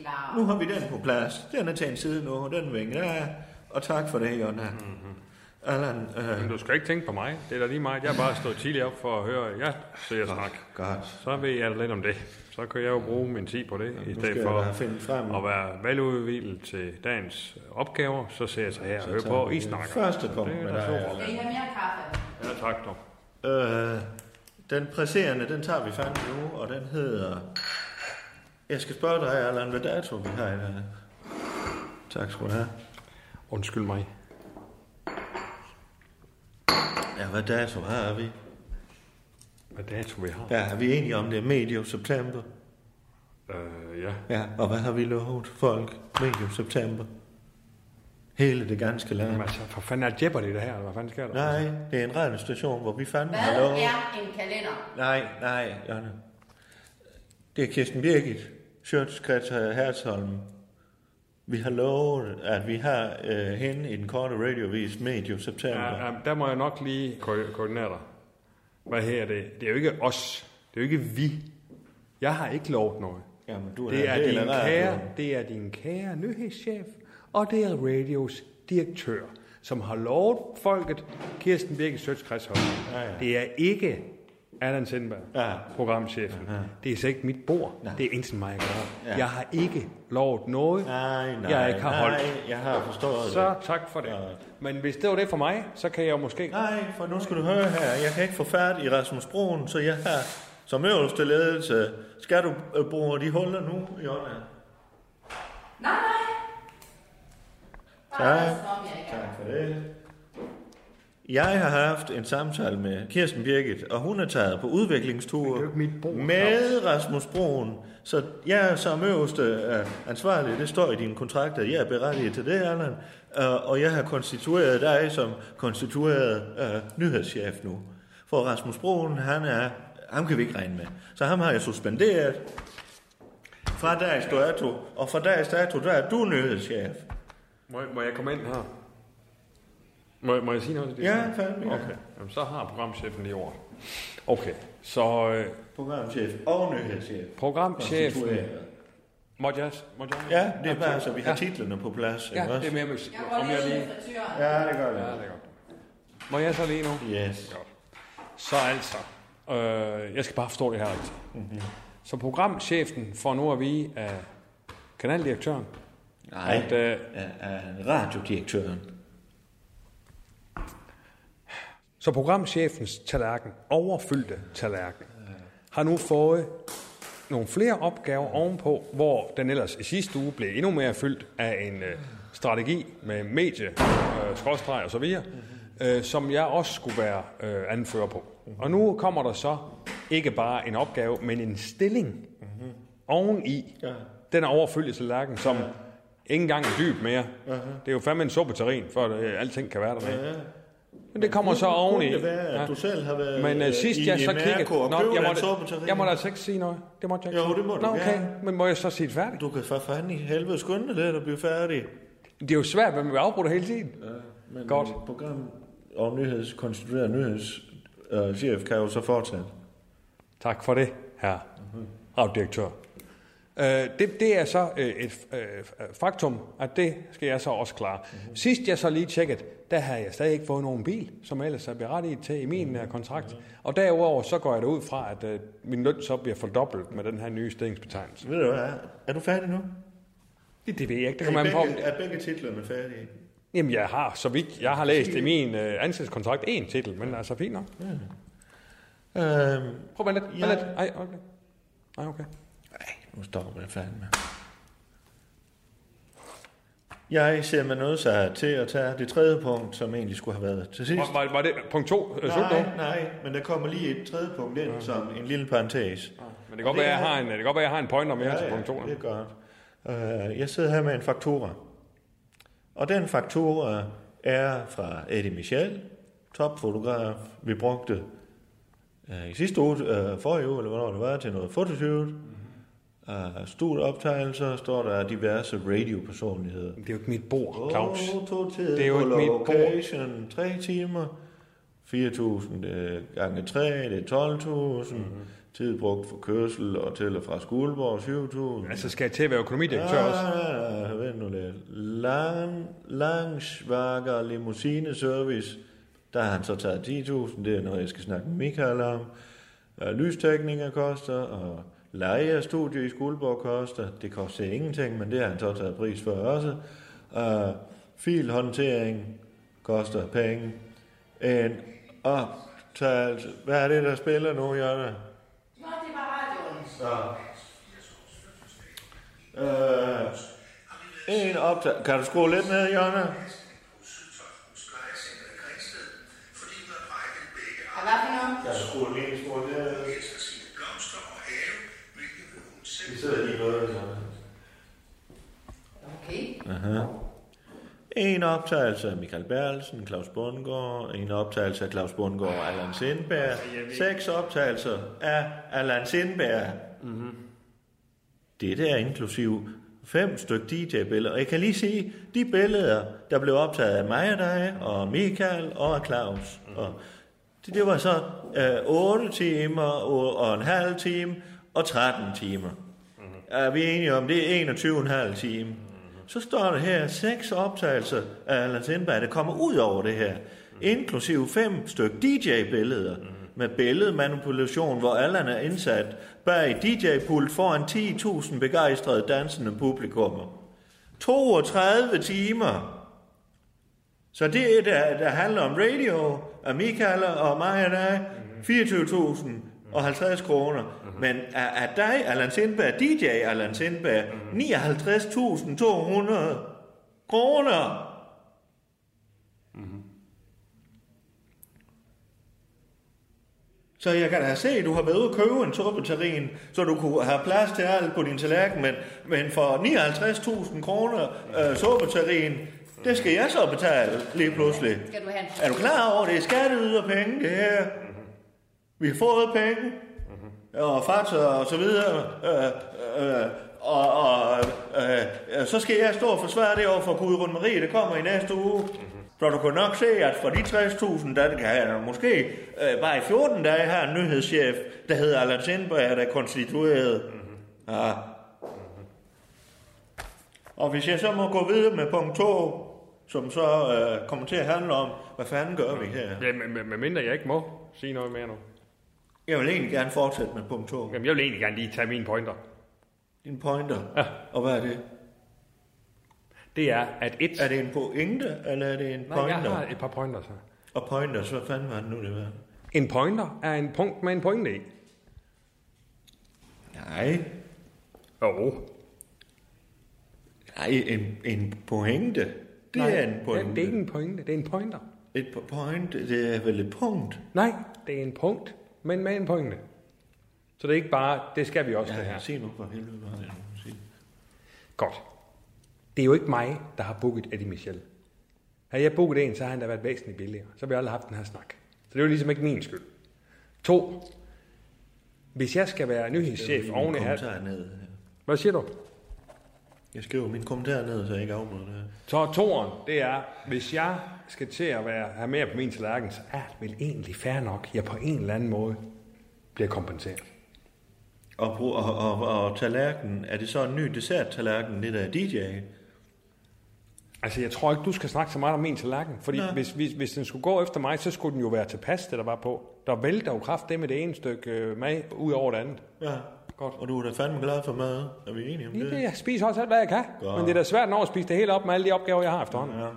Klar.
nu har vi den på plads. Den er til en side nu, og den vinker af. Og tak for det, Jonna. Mm-hmm. Allan,
Men
øh,
du skal ikke tænke på mig. Det er da lige meget. Jeg har bare stået tidligt op for at høre ja, så jeg snak.
godt.
Så ved jeg lidt om det. Så kan jeg jo bruge min tid på det, i
skal
stedet
jeg
for
bare finde frem.
at være veludvildet til dagens opgaver. Så ser jeg så her og hører
tager
på,
vi
I
det
snakker.
første punkt
det er
med
da
dig,
sjovt.
Skal I have mere kaffe?
Ja, tak dog.
Øh, den presserende, den tager vi fandme nu, og den hedder... Jeg skal spørge dig, Allan, hvad dato vi har i dag. Tak skal du have.
Undskyld mig.
Ja, hvad dato har vi?
Hvad dato vi har?
Ja, er vi enige om det er medio september?
Øh, ja.
Ja, og hvad har vi lovet folk medio september? Hele det ganske land.
Jamen altså, for fanden er Jeopardy det her, eller hvad fanden sker der?
Nej, det er en radiostation, hvor vi fandme
Hvad
har lovet...
er en kalender?
Nej, nej, Jonna. Det er Kirsten Birgit, Sjøtskrets Hersholm. Vi har lovet, at vi har øh, hende i den korte radiovis medio september.
Ja,
Ja, ja.
ja, der må jeg nok lige ko- koordinere dig. Hvad her er det? Det er jo ikke os. Det er jo ikke vi. Jeg har ikke lovet noget.
Jamen, du er
Det
da
er,
en del af
din kære,
radioen.
det er din kære nyhedschef, og det er radios direktør, som har lovet folket Kirsten Birke Søtskreds ja, ja. Det er ikke Allan Sindberg,
Ja.
programchefen. Det er slet ikke mit bord. Det er intet mig at gøre. Jeg har ikke lovet noget,
Nej, nej,
jeg ikke har holdt.
nej, jeg har forstået
Så
det.
tak for det.
Ja.
Men hvis det var det for mig, så kan jeg jo måske...
Nej, for nu skal du høre her. Jeg kan ikke få færd i Rasmus Broen, så jeg har som øverste ledelse. Skal du øh, bruge de huller nu, Jonna?
Nej, nej. Bare
Tak.
som om jeg ikke er.
Tak for det. Jeg har haft en samtale med Kirsten Birgit, og hun er taget på udviklingstur
jo ikke mit bord,
med Rasmus Broen. Så jeg er som øverste øh, ansvarlig, det står i din kontrakt, at jeg er berettiget til det, Allan. Øh, Og jeg har konstitueret dig som konstitueret øh, nyhedschef nu. For Rasmus Broen, han er, ham kan vi ikke regne med. Så ham har jeg suspenderet. Fra dags dato, og fra dags dato, der er du nyhedschef.
Må, jeg- må jeg komme ind her? Må, må jeg sige noget til det?
Ja, fandme, ja.
Okay, Jamen, så har programchefen det ord. Okay, så øh,
Programchef og nyhedschef.
programchefen...
Konstitueret.
Måtte jeg? Måtte jeg?
Ja, det er bare så vi har
Ja.
titlerne på plads. ikke
Ja, det
også?
er mere musik.
Jeg går
Om jeg
ned
lige...
i frityren.
ja, det gør
Ja, det er godt. Må jeg så lige nu?
Yes.
Godt. Så altså, øh, jeg skal bare forstå det her rigtigt. Mm-hmm.
Mhm.
Så programchefen får nu at vide af kanaldirektøren,
Nej,
at øh,
er- er radiodirektøren.
Så programchefens tallerken, overfyldte tallerken, har nu fået nogle flere opgaver ovenpå, hvor den ellers i sidste uge blev endnu mere fyldt af en øh, strategi med medie, øh, skråstreg og så videre, øh, som jeg også skulle være øh, anfører på. Og nu kommer der så ikke bare en opgave, men en stilling
Mm-hmm.
oveni den er overfyldt i tallerken, som ikke engang er dyb mere. Det er jo fandme en suppeterrin, for at øh, alting kan være der med. Men det kommer så oveni.
Kunne det være, at du selv har været
Men uh,
øh,
sidst
i
jeg så
Imerco
kiggede...
og købte
jeg,
en
måtte,
sårbatteri?
jeg måtte altså ikke sige noget. Det måtte jeg ikke
Jo,
sige.
det må du
Nå, okay.
gerne.
Men må jeg så sige det færdigt?
Du kan for fanden i helvede skynde dig lidt at blive færdig.
Det er jo svært, hvad man vil afbryde hele tiden. Ja,
øh,
Godt.
Program og nyheds, konstitueret nyheds, øh, chef kan jo så fortsætte.
Tak for det, herre
Mhm.
afdirektør. Øh, det, det er så øh, et øh, faktum, at det skal jeg så også klare.
Mhm.
Mm-hmm. Sidst jeg så lige tjekkede, der havde jeg stadig ikke fået nogen bil, som jeg ellers er berettiget til i
Mhm.
min mm-hmm. kontrakt. Og derudover så går jeg da ud fra, at øh, min løn så bliver fordoblet med den her nye stillingsbetegnelse.
Ved du hvad? Er du færdig nu?
Det, det ved jeg ikke, det
Er
kommer an på. om-
begge, er begge titlerne færdige?
Jamen jeg har, så vidt jeg har læst i min øh, ansættelseskontrakt, én titel, men altså fint nok.
Øhm,
Prøv at vente lidt,
Ja.
vent lidt. Ej, okay. Ej, okay.
nu stopper jeg fandme. Jeg ser med noget sig til at tage det tredje punkt, som egentlig skulle have været til sidst.
Var, var, var det punkt to? Øh, slutnummer?
Nej, nej, men der kommer lige et tredje punkt ind, som en lille parentes.
Men det kan godt være, jeg har en, det kan godt være, jeg har en pointer mere til punkt 2.
det er godt. Uh, jeg sidder her med en faktura. Og den faktura er fra Eddie Michel, topfotograf, vi brugte uh, i sidste uge, uh, forrige uge, eller hvornår det var, til noget fotoshoot. Uh, studieoptagelser står der diverse radiopersonligheder.
Det er jo ikke mit bord, Claus.
Åh, to tider
Det er jo
på
ikke mit bord.
location, tre timer, 4.000 øh, gange 3, det er 12.000,
Mhm.
mm-hmm. tid brugt for kørsel og til og fra Skuldborg, 7.000.
Altså, skal jeg til at være økonomidirektør også?
Ah, vent nu lidt. Lang, Langsvager Limousine Service, der har han så taget 10.000, det er noget, jeg skal snakke med Michael om. Øh, Lystekninger koster, og leje af studie i Skuldborg koster. Det koster ingenting, men det har han så taget pris for også. Og filhåndtering koster penge. En optagelse. Hvad er det, der spiller nu, Jonna?
Nå, det var radioen.
Øh, en optag... Kan du skrue lidt ned, Jonna?
Og hvad for noget?
Jeg skrue lige en skrue ned. Vi sidder lige noget, Jonna.
Okay.
En optagelse af Michael Berlsen, Claus Bundgaard, en optagelse af Claus Bundgaard og Allan Sindberg, seks optagelser af Allan Sindberg. Mm-hmm. Det er inklusiv fem styk DJ-billeder. Og jeg kan lige sige, de billeder, der blev optaget af mig og dig, og Michael og af Claus. Mm-hmm. Og det, det var så øh, 8 timer og, og en halv time og 13 timer. Mm-hmm. Er vi enige om, det er 21,5 time. Så står der her seks optagelser af Allan Sindberg, der kommer ud over det her. Inklusive fem styk DJ-billeder med billedmanipulation, hvor Allan er indsat bag DJ-pult foran 10.000 begejstrede dansende publikummer. 32 timer! Så det, der, der handler om radio, og Michael og mig og dig, 24.000 og 50 kroner. Men er, er dig, Allan Sindberg, DJ Allan Sindberg, 59.200 kroner? Så jeg kan da se, at du har været ude at købe en turboterrin, så du kunne have plads til alt på din tallerken, men, men for 59.000 kroner øh, turboterrin, det skal jeg så betale lige pludselig.
Skal du have en
Er du klar over, det er skatteyderpenge, det her? Vi har fået penge, og fakta og så videre, øh, øh, og, og øh, øh, så skal jeg stå og forsvare det over for Gudrun Marie, det kommer i næste uge. For du kan nok se, at for de 60.000, der kan jeg måske øh, bare i 14 dage har en nyhedschef, der hedder Allan Sindberg, der er konstitueret. Ja. Mm-hmm. Og hvis jeg så må gå videre med punkt 2, som så øh, kommer til at handle om, hvad fanden gør vi her?
Ja, men- men- men mindre jeg ikke må sige noget mere nu.
Jeg vil egentlig gerne fortsætte med punkt 2.
Jamen, jeg vil egentlig gerne lige tage mine pointer.
En pointer.
Ja.
Og hvad er det?
Det er, at et...
Er det en pointe, eller er det en
Nej, jeg
pointer?
har et par pointer så.
Og pointers, hvad fanden var det nu, det var?
En pointer er en punkt med en pointe i.
Nej.
Jo.
Nej, en, en pointe. Det
Nej,
er en pointe.
ja, Det er ikke en pointe, det er en pointer.
Et po- point, det er vel et punkt?
Nej, det er en punkt, men med en pointe. Så det er ikke bare, det skal vi også det
Ja,
her.
se nu for helvede, hvad har jeg nu at sige.
Godt. Det er jo ikke mig, der har booket Eddie Michel. Havde jeg booket en, så havde han da været væsentligt billigere. Så havde vi aldrig haft den her snak. Så det var ligesom ikke min skyld. To. Hvis jeg skal være nyhedschef oven i hatten...
kommentar ned.
Hvad siger du?
Jeg skriver min kommentar ned, så jeg ikke afbryder det her.
Så toren, det er, hvis jeg skal til at være, have mere på min tallerken, så er det vel egentlig fair nok, jeg på en eller anden måde bliver kompenseret.
Og, brug- og, og, og, tallerkenen, er det så en ny dessert-tallerken, det der DJ?
Altså, jeg tror ikke, du skal snakke så meget om min tallerken, fordi hvis, hvis, hvis, den skulle gå efter mig, så skulle den jo være tilpas, det der var på. Der vælter jo kraft det med det ene stykke øh, mad ud over det andet.
Ja.
Godt.
Og du er da fandme glad for mad. Er vi enige om det?
Jeg spiser også alt, hvad jeg kan,
Godt.
men det er da svært når at spise det hele op med alle de opgaver, jeg har efterhånden.
Ja.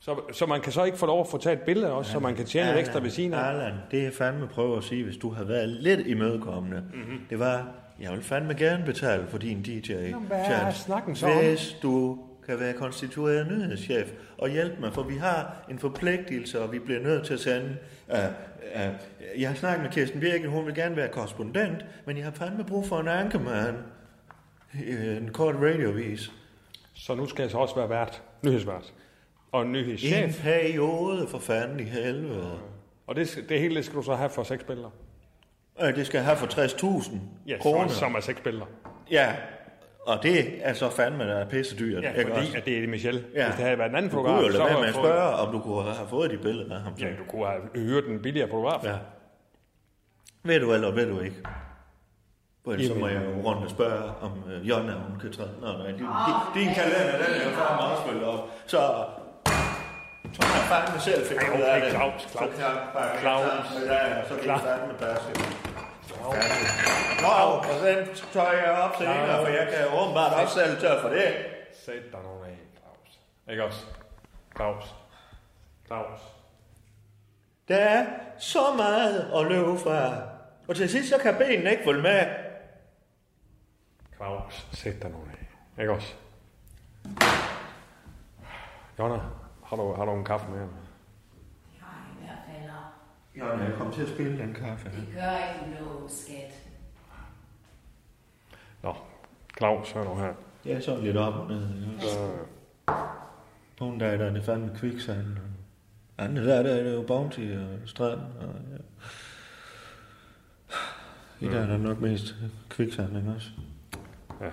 Så, så man kan så ikke få lov at få taget et billede også, så man kan tjene et ekstra ved siden af.
Allan, det jeg fandme prøver at sige, hvis du havde været lidt imødekommende,
Mhm.
mm-hmm. det var, jeg vil fandme gerne betale for din DJ. Jamen,
hvad er snakken så om?
Hvis du kan være konstitueret nyhedschef og hjælpe mig, for vi har en forpligtelse, og vi bliver nødt til at sende... Uh, uh, jeg har snakket med Kirsten Birke, hun vil gerne være korrespondent, men jeg har fandme brug for en ankermand. Øh, En kort radiovis.
Så nu skal jeg så også være vært, nyhedsvært, og
I en
nyhedschef.
periode, for fanden i helvede.
Og det, det hele det skal du så have for seks billeder.
Øh, Det skal have for 60.000
Ja,
kroner.
så, som er seks billeder.
Ja, og det er så fandme, der er pisse dyrt.
Ja, fordi at det er Michel. Ja. Hvis det havde været en anden
du kunne
fotograf,
jo lade være med at
havde fået-
spørge, om du kunne have fået de billeder af ham.
Ja, du kunne have hyret en billigere fotograf. Ja.
ja. Ved du eller ved du ikke? For ellers så
Jamen.
må jeg jo rundt og spørge, om øh, Jonna, hun kan træde. Nå, nej, din, din, din kalender, den er jo fandme også fyldt op. Så så kan jeg fandme selv finde
Ej,
ud af
okay,
det.
Claus,
Så
Claus,
kan jeg bare ikke
Claus,
sammen med dig, og så kan jeg
Claus.
fandme passe. Nå, og den tør jeg op senere, for jeg kan åbenbart også selv tør for det.
Sæt dig nogen af, Claus. Ikke også? Claus. Claus.
Der er så meget at løbe fra. Og til sidst, så kan benene ikke følge med.
Claus. Sæt dig nogen af. Ikke også? Jonna, har du, har du en kaffe med?
Nej, i hvert fald. og
Jørgen, jeg kom til at spille den kaffe.
Det gør ikke noget, skat.
Nå, Claus, hør nu her.
Jeg er sådan lidt op og ned.
Så,
Nogle dage, der er det fandme kviksand. og Andre dage, der er det jo bounty og strand. Og, ja. I dag er der nok mest kviksand, ikke også?
ja.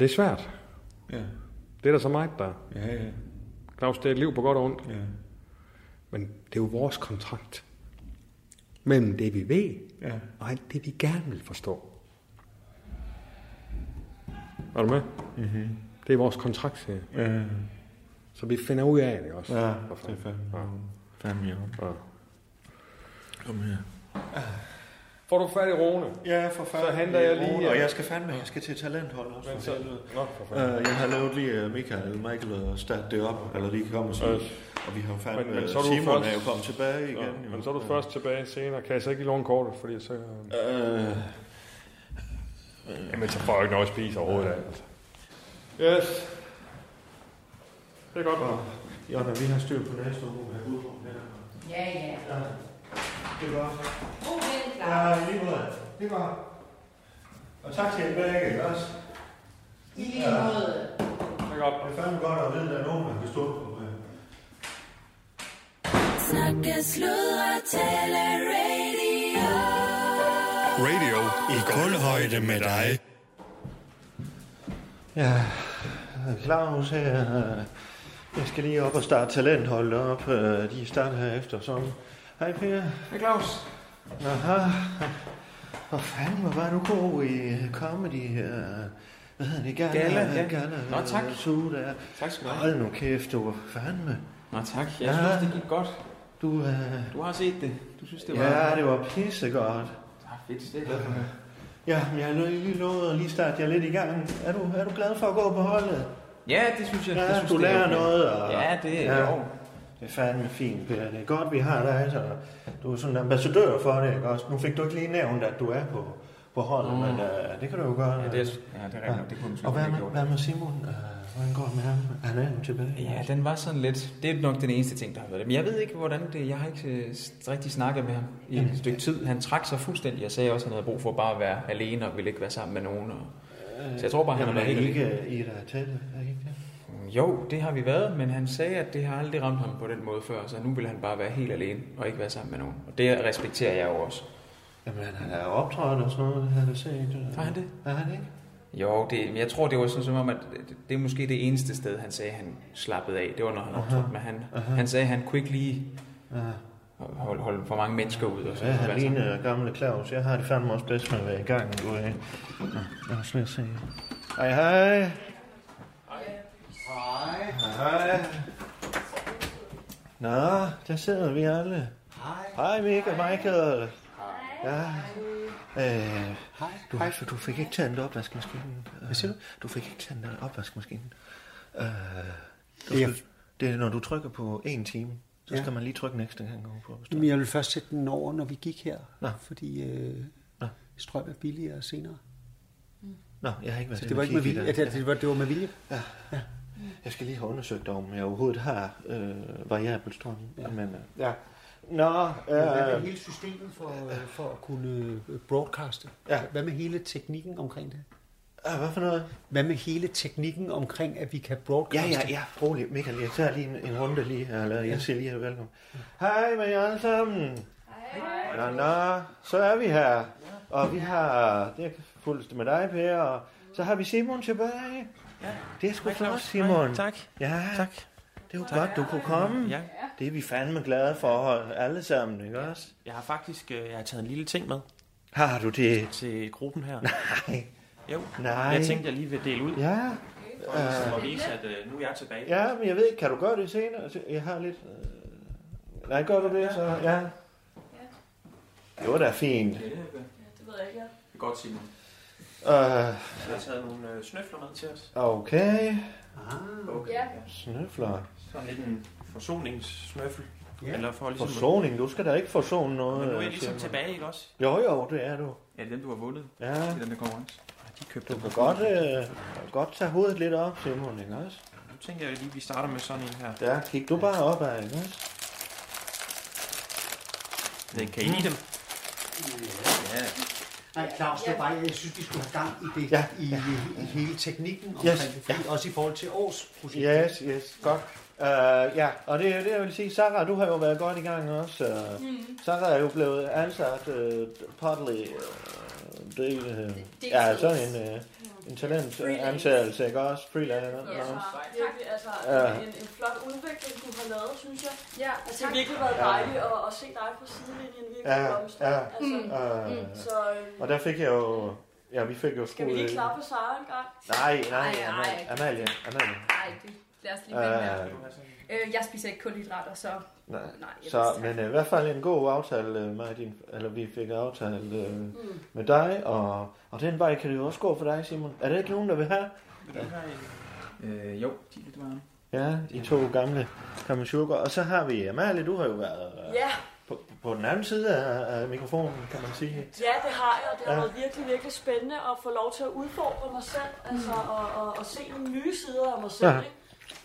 Det er svært.
Ja,
Det er der så meget, der er.
ja, ja.
Claus, det er et liv på godt og ondt.
ja.
Men det er jo vores kontrakt. Mellem det, vi ved,
ja.
og alt det, vi gerne vil forstå. Er du med? Mm-hmm. Det er vores kontrakt, siger jeg.
Mhm. Ja,
Så vi finder ud af det også.
ja,
For
det er
fanden.
fandme, fandme jo.
Ja.
Kom her.
Får du fat i Rune?
Ja, for fanden.
Så henter jeg lige- øh,
Og jeg skal fandme, jeg skal til talenthold også.
Men
for
så...
helvede.
Nå, for fanden.
Øh, jeg har lavet lige øh, Michael, Michael og starte det op, eller lige komme og sige.
Øh.
Og vi har jo fandme,
Men-
men,
men så er du
øh, Simon
først-
er jo kommet tilbage igen.
Nå,
jo.
men så er du først tilbage senere. Kan jeg så ikke lige låne kortet, fordi så... Øh.
Øh,
Jamen, så får jeg ikke noget at spise overhovedet af. Altså. Yes. Det er godt.
og, Jonna, vi har styr på næste uge med udrum her.
Ja, ja.
Ja, det er godt.
God vind, Claus.
Ja, lige måde. Det er godt. Og tak til jer begge, ikke også?
I lige måde.
Det er godt.
Det er fandme godt at vide, at der er nogen, der kan stå på øh, med.
Snakke, sludre, tale, radio.
Radio i kulhøjde med dig.
Ja, Claus her. øh, Jeg skal lige op og starte talentholdet op. øh, De starter her efter sommer. Hej Per.
Hej, Claus.
Aha. Hvor fanden, hvor var du god i comedy her? Hvad hedder det? Gala?
Gala, ja.
Gala,
Nå, tak.
Zoo der.
Tak skal du have.
Hold nu kæft, du var fandme.
Nå tak, jeg
Ja.
synes, det gik godt.
Du, øh...
Du har set det. Du synes, det var...
Ja, det var pissegodt.
Ah, fedt, det er jeg glad for.
Ja, men jeg har lige lovet at lige starte jer lidt i gang. Er du, er du glad for at gå på holdet?
Ja, det synes jeg.
Ja,
jeg synes,
du
det er
lærer
okay.
noget, og-
Ja, det er
Ja.
ja.
Det er fandme fint, Peter. Det er godt, vi har dig, så du er sådan en ambassadør for det, ikke også? Nu fik du ikke lige nævnt, at du er på, på holdet, mm. men øh, det kan du jo gøre.
Ja, det er, ja, det er rigtigt. nok. Det kunne man sgu
Og hvad
godt
med,
have gjort.
hvad med Simon? Øh, hvordan går det med ham? Han er jo tilbage.
Ja, den var sådan lidt... Det er nok den eneste ting, der har været det. Men jeg ved ikke, hvordan det... Jeg har ikke øh, rigtig snakket med ham i et stykke tid. Han trak sig fuldstændig. Jeg sagde også, at han havde brug for bare at være alene og ville ikke være sammen med nogen. Og... Så jeg tror bare, han
Jamen,
har
er
været helt
ikke øh, Ida Tælle, er ikke det?
alene. Jo, det har vi været, men han sagde, at det har aldrig ramt ham på den måde før, så nu vil han bare være helt alene og ikke være sammen med nogen. Og det respekterer jeg jo også.
Jamen, han er optrådt og sådan noget, det har jeg da set. eller-
Har han det?
Er han ikke?
Jo, det, men jeg tror, det var sådan som om, at det- det er måske det eneste sted, han sagde, han slappede af. Det var, når han optrådte, men han, han sagde, han kunne ikke lige holde, holde for mange mennesker ud. Og
Ja,
sådan,
han
noget. Altså,
ligner gamle Claus. Jeg har det fandme også bedst med at være i gang, end du er. Nå, lad os lige se. Hej, hej. Hej. Hej. Hej. Nå, der sidder vi alle. Hej. Hej, Mika og Michael. Hej. Ja. Øh, du, du fik ikke tændt opvaskemaskinen. Hvad siger du? Du fik ikke tændt opvaskemaskinen. Øh, du
Ja.
skal, det er, når du trykker på en time, så
Ja.
skal man lige trykke næste gang ovenpå. hvis du-
Jamen, jeg vil først sætte den over, når vi gik her,
Nå.
fordi øh,
Nå.
strøm er billigere senere.
Nå, jeg har ikke været
Så
inde
det var
og
ikke med
kigge i
vilje. Ja,
den.
det, det, var, det var med vilje.
Jeg skal lige have undersøgt, om jeg overhovedet har øh, variabel strøm. Ja. Men, øh,
Ja.
Nå,
Hvad med
øh,
hele systemet for, øh, for at kunne øh, broadcaste?
Ja.
Hvad med hele teknikken omkring det?
ah, hvad for noget?
Hvad med hele teknikken omkring, at vi kan
Ja,
broadcaste?
ja, ja, rolig, Michael. Jeg tager lige en, en runde lige, her, eller jeg siger lige her, velkommen. Hej med jer alle sammen. Hej. Nå, nå, så er vi her. Og vi har, det er fuldst med dig, Per, og så har vi Simon tilbage. Ja. Det er sgu flot, Simon.
tak.
Ja,
Tak.
det var godt, du kunne komme.
Ja.
Det er vi fandme glade for, alle sammen, ikke også?
Jeg har faktisk øh, jeg har taget en lille ting med
Har du det?
Øh, til gruppen her.
Nej.
Jo,
Nej.
jeg tænkte, jeg lige vil dele ud,
Ja,
for ligesom at vise, at øh, nu er jeg tilbage.
Ja, men jeg ved ikke, kan du gøre det senere? Altså, Jeg har lidt... Øh... Nej, gør du det så? Ja. Det var da fint.
Det er Godt, Simon.
Øh,
Så jeg har taget nogle øh, snøfler med til os.
okay. Ah.
Okay.
Snøfler.
Sådan lidt en forsoningssnøffel.
Ja.
Eller for ligesom...
Forsoning, du skal da ikke forsone noget.
Men nu er jeg
øh,
ligesom
Simon.
tilbage, ikke også?
Jo, jo, det er du.
Ja, det er dem, du har vundet
Ja,
i den der konkurrence. Ja, de købte
du kan godt, øh, godt tage hovedet lidt op, Simon, ikke også?
Nu tænker jeg lige, at vi starter med sådan en her.
Ja, kig du bare op af, ikke også?
Den kan I lide dem?
Nej, Claus, det var bare, jeg synes, vi skulle have gang i det,
Ja,
ja, i, i, i hele teknikken omkring
Yes,
yes, det, fordi ja. også i forhold til års projekt.
Yes, yes, godt. Uh, ja, og det er jo det, jeg vil sige. Sarah, du har jo været godt i gang også. Uh, mm. Sarah er jo blevet ansat uh, partly... Uh, det, uh, ja, sådan en, uh, en talentansættelse, ikke også? Freelance.
Ja,
Yes.
virkelig, altså
Ja.
en, en flot udvikling, du har lavet, synes jeg.
Ja,
Altså, det har virkelig været dejligt at, at se dig fra sidelinjen virkelig
Ja,
blomstre.
ja.
Altså,
Uh,
Så øh,
og der fik jeg jo... Ja, vi fik jo
skal vi
skruet-
lige klappe Sara en gang?
Nej, nej,
Ej,
Amalie, Amalie. Amalie.
Nej, det lad os
Uh,
øh, Jeg spiser ikke kulhydrater, så...
nej.
Nej, jeg
Så,
vidste
men uh, i hvert fald en god aftale øh, med din, eller vi fik aftalt øh, mm. med dig, og, og den vej kan det jo også gå for dig, Simon. Er der ikke nogen, der vil have?
Vil du have en... Øh, jo, de er lidt varme.
Ja, de to gamle kammerchukker. Og så har vi øh, Amalie, du har jo været øh,
Ja,
på, på den anden side af, af mikrofonen, kan man sige.
ja, det har jeg, og det har
Ja.
været virkelig, virkelig spændende at få lov til at udfordre mig selv, altså, og, og, og se nogle nye sider af mig selv,
Mm. Ja.
ikke?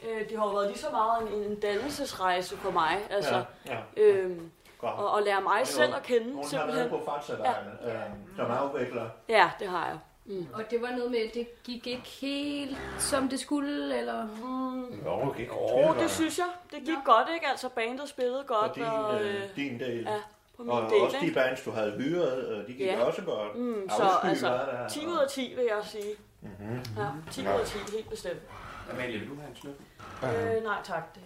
Øh, det har jo været lige så meget en, en dannelsesrejse for mig, altså,
ja.
øhm,
Godt.
og, og lære mig selv at kende,
Hun har været
simpelthen.
på fartsalejerne, ja. øh, som afvikler.
Ja, det har jeg. Mm.
Og det var noget med, at det gik ikke helt, som det skulle, eller...
Mm,
Jo, okay.
Åh, oh, det synes jeg. Det gik godt, ikke? Altså, bandet spillede godt,
Og
og,
din,
og øh,
øh, din del.
ja, på min
Og
del,
også de
ikke?
bands, du havde hyret, øh, de gik
Ja.
også godt.
Mm, så
Afsky var
altså,
der, og-
10 ud af 10, vil jeg sige. Mm-hmm. Ja, 10 ud af 10, helt bestemt.
Amalie, vil du have en snøffel?
Øh, nej, tak. Det.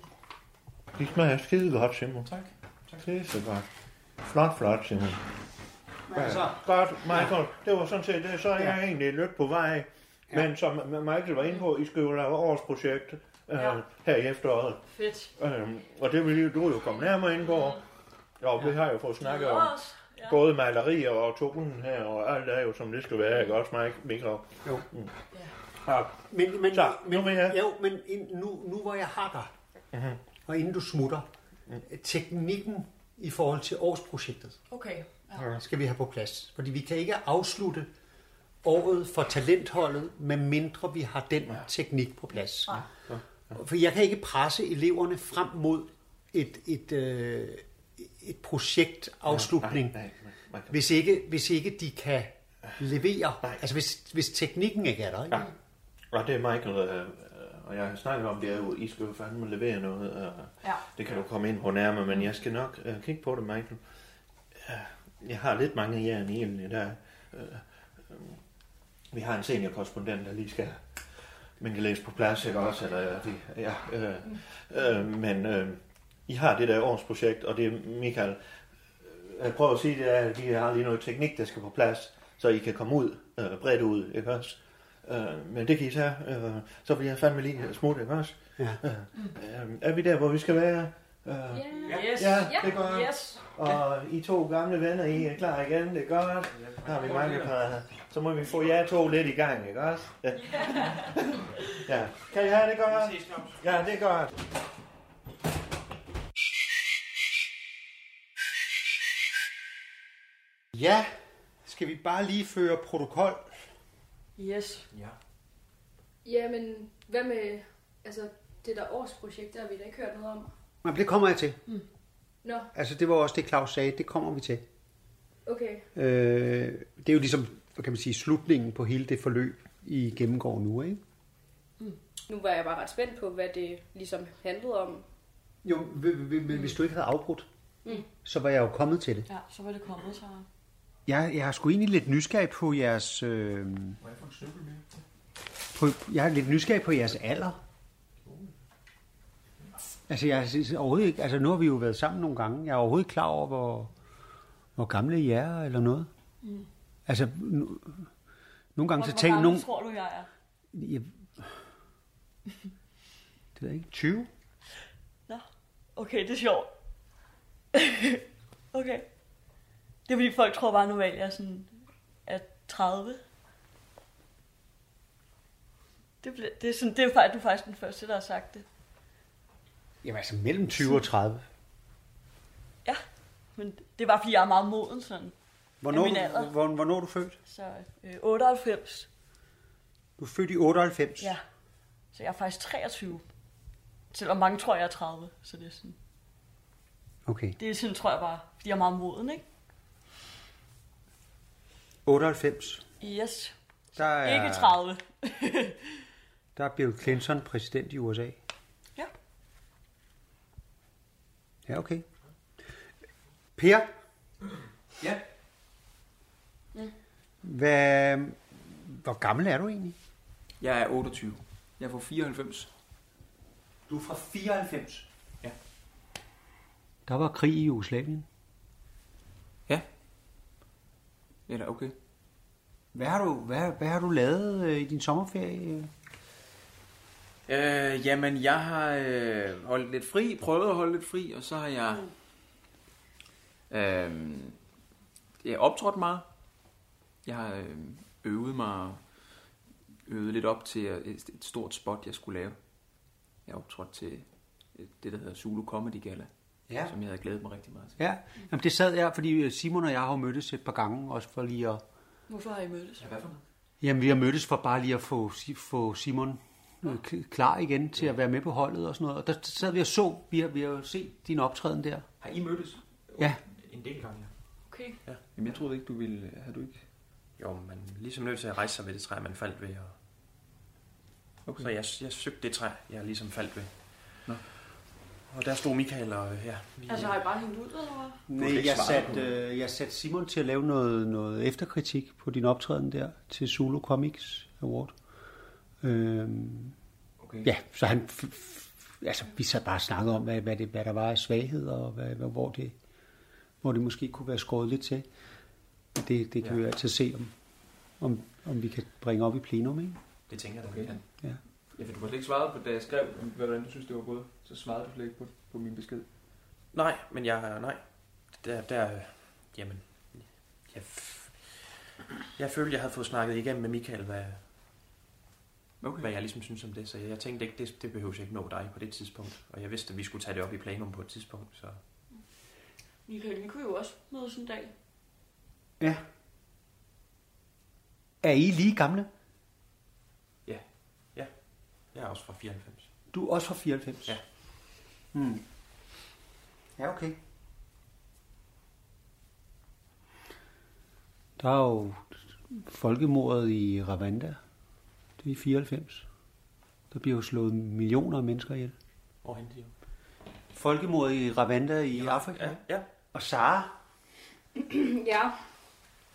De smager skide godt, Simon.
Tak.
Det er så godt. Flot, flot, Simon.
Hvad så?
Godt, Michael. Det var sådan set det. Så er jeg egentlig lidt på vej.
Ja.
Men som Michael var inde på, I skal jo lave årsprojekt øh,
Ja.
her i efteråret.
Fedt.
Øh, og det vil jo- du jo komme nærmere ind på.
Mm.
Og vi har jo fået snakket om
Også. Ja.
både malerier og tonen her, og alt er jo som det skal være, ikke også, Mike? Michael?
Jo.
Mm. Ja.
Men, men,
Så, nu
men,
vil jeg-
jo, men ind, nu, nu hvor jeg har dig, mm-hmm. og inden du smutter,
Mm.
teknikken i forhold til årsprojektet,
Okay.
Mm.
skal vi have på plads. Fordi vi kan ikke afslutte året for talentholdet, medmindre vi har den teknik på plads. Mm. For jeg kan ikke presse eleverne frem mod et, et, øh, et projektafslutning,
Nej, nej, Michael.
hvis ikke, hvis ikke de kan levere. Altså hvis, hvis teknikken ikke er der. Ikke?
Og det er Michael, øh, øh, og jeg har snakket om, det er jo, I skal jo fandme levere noget, øh, og
Ja.
det kan du komme ind på nærmere, men jeg skal nok øh, kigge på det, Michael. Øh, Jeg har lidt mange jern i egentlig, der. Øh, øh, vi har en seniorkorrespondent, der lige skal man kan læse på plads, ikke også? Eller, øh, vi- ja, øh, øh, men øh, I har det der årsprojekt, og det er Michael, jeg prøver at sige, det er, at vi har lige noget teknik, der skal på plads, så I kan komme ud, øh, bredt ud, ikke også? Øh, men det kan I tage, øh, så vil jeg fandme lige smutte, ikke også?
Ja.
Øh, øh, er vi der, hvor vi skal være? Øh,
Yes.
ja,
Ja,
det går
yes.
Og I to gamle venner, I er klar igen, det er godt. Der har vi mange par. Så må vi få jer to lidt i gang, ikke også? Ja. ja. Kan I have det godt? Ja, det er godt.
Ja, skal vi bare lige føre protokol?
Yes.
Ja.
Jamen, hvad med altså, det der årsprojekt, der har vi da ikke hørt noget om.
Men det kommer jeg til.
Nå,
Altså, det var også det, Claus sagde. Det kommer vi til.
okay.
Øh, det er jo ligesom, hvad kan man sige, slutningen på hele det forløb, I gennemgår nu, ikke?
Mm.
Nu var jeg bare ret spændt på, hvad det ligesom handlede om.
Jo, men hvis du ikke havde afbrudt,
Mm.
så var jeg jo kommet til det.
Ja, så var det kommet, så.
Jeg, jeg er sgu egentlig lidt nysgerrig på jeres... Øh, på, jeg er lidt nysgerrig på jeres alder. Altså, jeg er s- overhovedet ikke... Altså, nu har vi jo været sammen nogle gange. Jeg er overhovedet ikke klar over, hvor, hvor gamle I er, eller noget.
Mm.
Altså, nu, nogle gange så
Hvor- hvor
tænker
gammel
nogen...
tror du, jeg er?
Jeg, det ved jeg ikke. 20?
Nå, okay, det er sjovt. okay. Det er fordi, folk tror bare normalt, jeg er sådan er 30. Det, bliver, det er sådan, det er, faktisk- du er faktisk den første, der har sagt det.
Jamen, altså, mellem 20 og 30.
Ja, men det er bare, fordi jeg er meget moden sådan. af min
Hvornår,
alder.
hvor, hvornår er du født?
Så øh, 98.
Du er født i 98.
Ja. Så jeg er faktisk 23. Selvom mange tror, jeg er 30. Så det er sådan,
Okay.
det er sådan tror jeg bare, fordi jeg er meget moden, ikke?
98.
Yes.
Der er,
Ikke 30.
Der er Bill Clinton præsident i USA.
Ja.
Ja, okay. Per,
Ja.
hvad, hvor gammel er du egentlig?
Jeg er 28. Jeg får 94.
Du er fra 94?
Ja.
Der var krig i Jugoslavien.
Eller okay.
Hvad har du, hvad, hvad har du lavet øh, i din sommerferie?
Øh, jamen, jeg har øh, holdt lidt fri, prøvet at holde lidt fri, og så har jeg,
Mm.
øh, jeg har optrådt meget. Jeg har øh, øvet mig, og øvet lidt op til øh, et, et stort spot, jeg skulle lave. Jeg optrådte til øh, det, der hedder Zulu Comedy Gala,
Ja.
som jeg havde glædet mig rigtig meget til.
Ja, Jamen, det sad jeg, fordi Simon og jeg har jo mødtes et par gange, også for lige at...
Hvorfor har I mødtes? Ja,
hvad for noget?
Jamen, vi har mødtes for bare lige at få, Si- få Simon øh, k- klar igen til at være med på holdet og sådan noget. Og der sad vi og så, vi har, vi har jo set din optræden der.
Har I mødtes?
Ja.
En del gange, ja.
Okay.
Ja. Jamen, jeg troede ikke, du ville... Har du ikke? Jo, man er ligesom nødt til at rejse sig ved det træ, man faldt ved. Og... Okay. Så jeg, jeg søgte det træ, jeg ligesom faldt ved. Nå. Og der stod Michael og... øh, Ja, vi,
Altså, har I bare hængt ud, eller hvad?
Du
Nej,
fik
jeg
svaret på
satte øh, jeg satte Simon til at lave noget, noget efterkritik på din optræden der til Solo Comics Award. Øhm,
okay.
Ja, så han... F- f- altså, vi sad bare og snakkede om, hvad, hvad, det, hvad der var af svagheder, og hvad, hvad, hvor, det, hvor det måske kunne være skåret lidt til. Men Det, det kan ja. vi jo altid se, om, om, om vi kan bringe op i plenum, ikke?
Det tænker jeg da, okay.
Ja.
Ja, for du har slet ikke svaret på, da jeg skrev, hvordan du synes, det var gået. Så svarede du slet ikke på, på min besked. Nej, men jeg... Nej. Der, der øh, jamen... Jeg, f- jeg følte, jeg havde fået snakket igennem med Michael, hvad, okay. hvad jeg ligesom synes om det. Så jeg, jeg tænkte ikke, det, det behøves ikke nå dig på det tidspunkt. Og jeg vidste, at vi skulle tage det op i planum på et tidspunkt. Så
Michael, vi kunne jo også mødes en dag.
Ja. Er I lige gamle?
ja, ja. Jeg er også fra 94.
Du er også fra 94?
Ja.
Hmm. Ja, okay. Der er jo folkemordet i Rwanda. Det er i 94. Der bliver jo slået millioner af mennesker ihjel.
Hvor hente de
Folkemord i Ravanda i Afrika. Ja,
ja.
Og Sara,
ja.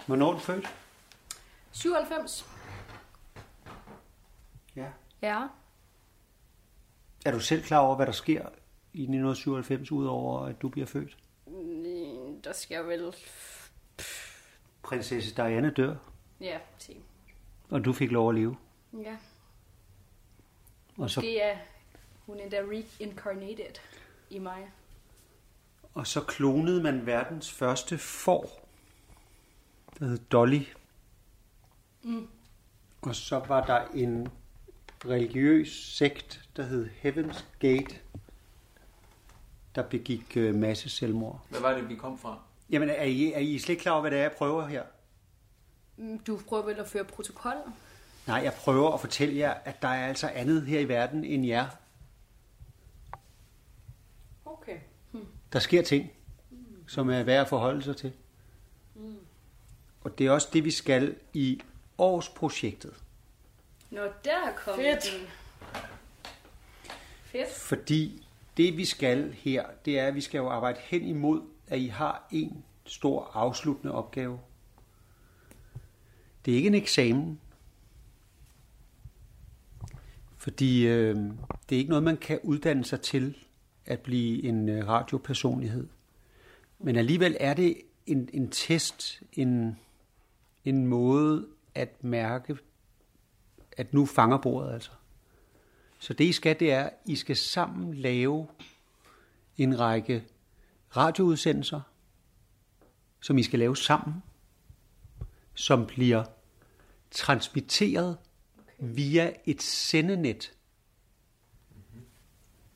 hvornår er du født?
97.
Ja.
Ja.
Er du selv klar over, hvad der sker i 1997, udover at du bliver født?
Mm, Der skal jeg vel...
Prinsesse Diana dør,
Ja, se.
og du fik lov at leve.
Ja.
Og så,
Det er... Hun er endda reincarnated i mig.
og så klonede man verdens første får, der hed Dolly.
Mm.
Og så var der en religiøs sekt, der hed Heaven's Gate, der begik øh, masse selvmord.
Hvad var det, vi kom fra?
Jamen, er I, er I slet ikke klar over, hvad det er, jeg prøver her?
Mm, Du prøver vel at føre protokoller?
Nej, jeg prøver at fortælle jer, at der er altså andet her i verden end jer.
Okay.
Der sker ting, som er værd at forholde sig til.
Mm.
Og det er også det, vi skal i årsprojektet.
Nå, der er kommet
Fedt.
den. Fedt.
Fordi det, vi skal her, det er, at vi skal jo arbejde hen imod, at I har en stor afsluttende opgave. Det er ikke en eksamen. Fordi øh, det er ikke noget, man kan uddanne sig til at blive en øh, radiopersonlighed. Men alligevel er det en, en test, en, en måde at mærke, at nu fanger bordet altså. Så det I skal, det er, I skal sammen lave en række radioudsendelser, som I skal lave sammen, som bliver transmitteret via et sendenet,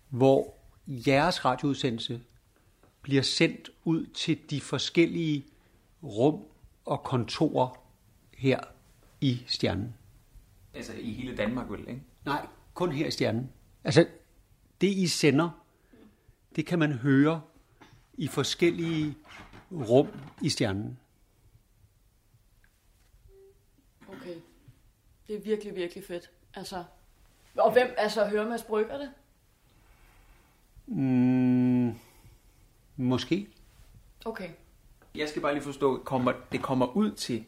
hvor jeres radioudsendelse bliver sendt ud til de forskellige rum og kontorer her i stjernen.
Altså i hele Danmark, vel, ikke?
Nej, kun her i stjernen. Altså, det I sender, det kan man høre i forskellige rum i stjernen.
Okay. Det er virkelig, virkelig fedt. Altså, og hvem, altså, hører Mads Brygger det?
Mm, måske.
Okay.
Jeg skal bare lige forstå, kommer, det kommer ud til...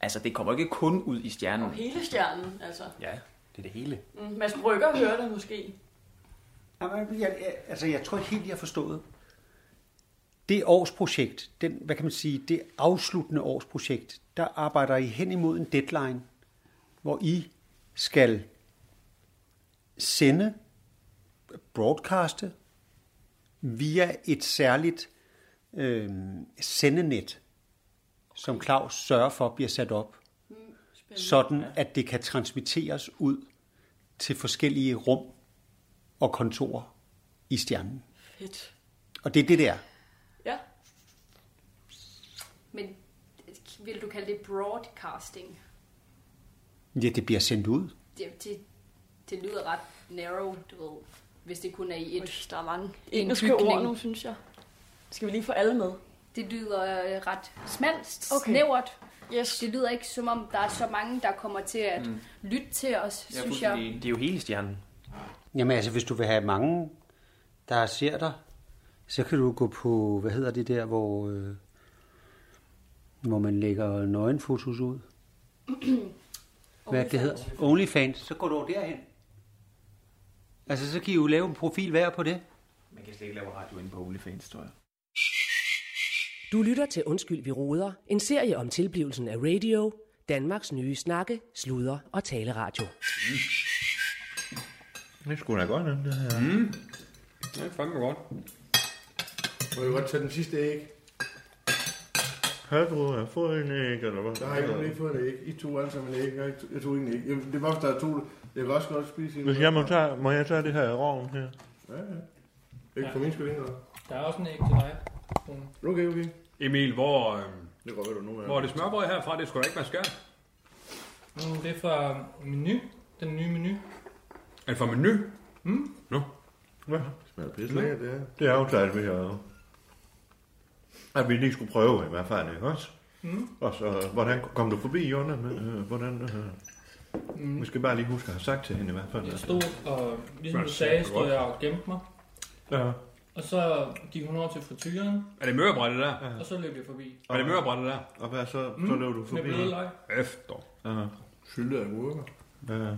Altså, det kommer ikke kun ud i stjernen.
Mm.
Og hele stjernen, altså.
Ja, det er det hele.
Mm, Mads Brygger hører det måske.
Jamen, jeg, jeg, altså, jeg tror ikke helt, jeg har forstået. Det årsprojekt, den, hvad kan man sige, det afsluttende årsprojekt, der arbejder I hen imod en deadline, hvor I skal sende, broadcaste, via et særligt øh, sendenet, som Claus sørger for bliver sat op, sådan at det kan transmitteres ud til forskellige rum og kontorer i stjernen.
Fedt.
Og det er det, der.
Ja.
Men vil du kalde det broadcasting?
Ja, det bliver sendt ud.
Det, det, det lyder ret narrow, du ved. Hvis det kun er i et...
der er mange
en
engelske ord nu, synes jeg. Skal vi lige få alle med?
Det lyder øh, ret smalt,
Okay.
okay. snævert. Yes. Det lyder ikke som om, der er så mange, der kommer til at
Mm.
mm. lytte til os, ja, synes jeg.
Det er jo hele stjernen.
Jamen altså, hvis du vil have mange, der ser dig, så kan du gå på, hvad hedder det der, hvor, øh, hvor man lægger nøgenfotos ud. Hvad er det, det hedder? Onlyfans. Så går du over derhen. Altså, så kan I jo lave en profil hver på det.
Man kan slet ikke lave radio inde på OnlyFans, tror jeg.
Du lytter til Undskyld, vi roder, en serie om tilblivelsen af radio, Danmarks nye snakke, sludre og taleradio.
Mm.
Det skulle da godt, den der her. Mm.
Det er fandme godt.
Må jeg godt tage den sidste æg?
Har du fået en æg, eller hvad?
Der har ikke nogen ikke fået en æg. I to alle sammen en æg. Jeg jeg tog ingen æg. Jamen, Det var, der er to. Jeg vil også godt spise en.
Hvis jeg må, tage, må jeg tage det her rovn her?
Ja, ja. Ikke for min skyld ikke noget.
Der er også en æg til dig.
Okay, okay.
Emil, hvor, øh,
det går, du nu
hvor er det smørbrød herfra? Det skulle da ikke være skært.
Mm, det er fra menu. Den nye menu.
Er det fra menu?
Mm.
Nå.
Hvad?
Det smager pisse lækkert, det her.
Det er aftalt, vi har. At vi lige skulle prøve i hvert fald, ikke også?
Mm.
Og så, hvordan kom du forbi, Jonna? Med, øh, hvordan, øh,
Mm. Vi skal bare lige huske at have sagt til hende i hvert fald.
Jeg
at-
stod, og ligesom du
Først,
sagde,
ja,
stod jeg og gemte mig.
Ja.
Og så gik hun over til frityren.
Er det mørbrad, det der?
Og så løb jeg forbi. Mm.
Er det
mørbrændt?
mørbrændt, det der? Og hvad så? Så løb du forbi?
Med bløde løg.
Efter. Ja.
Syltet af gurker.
Ja. ja.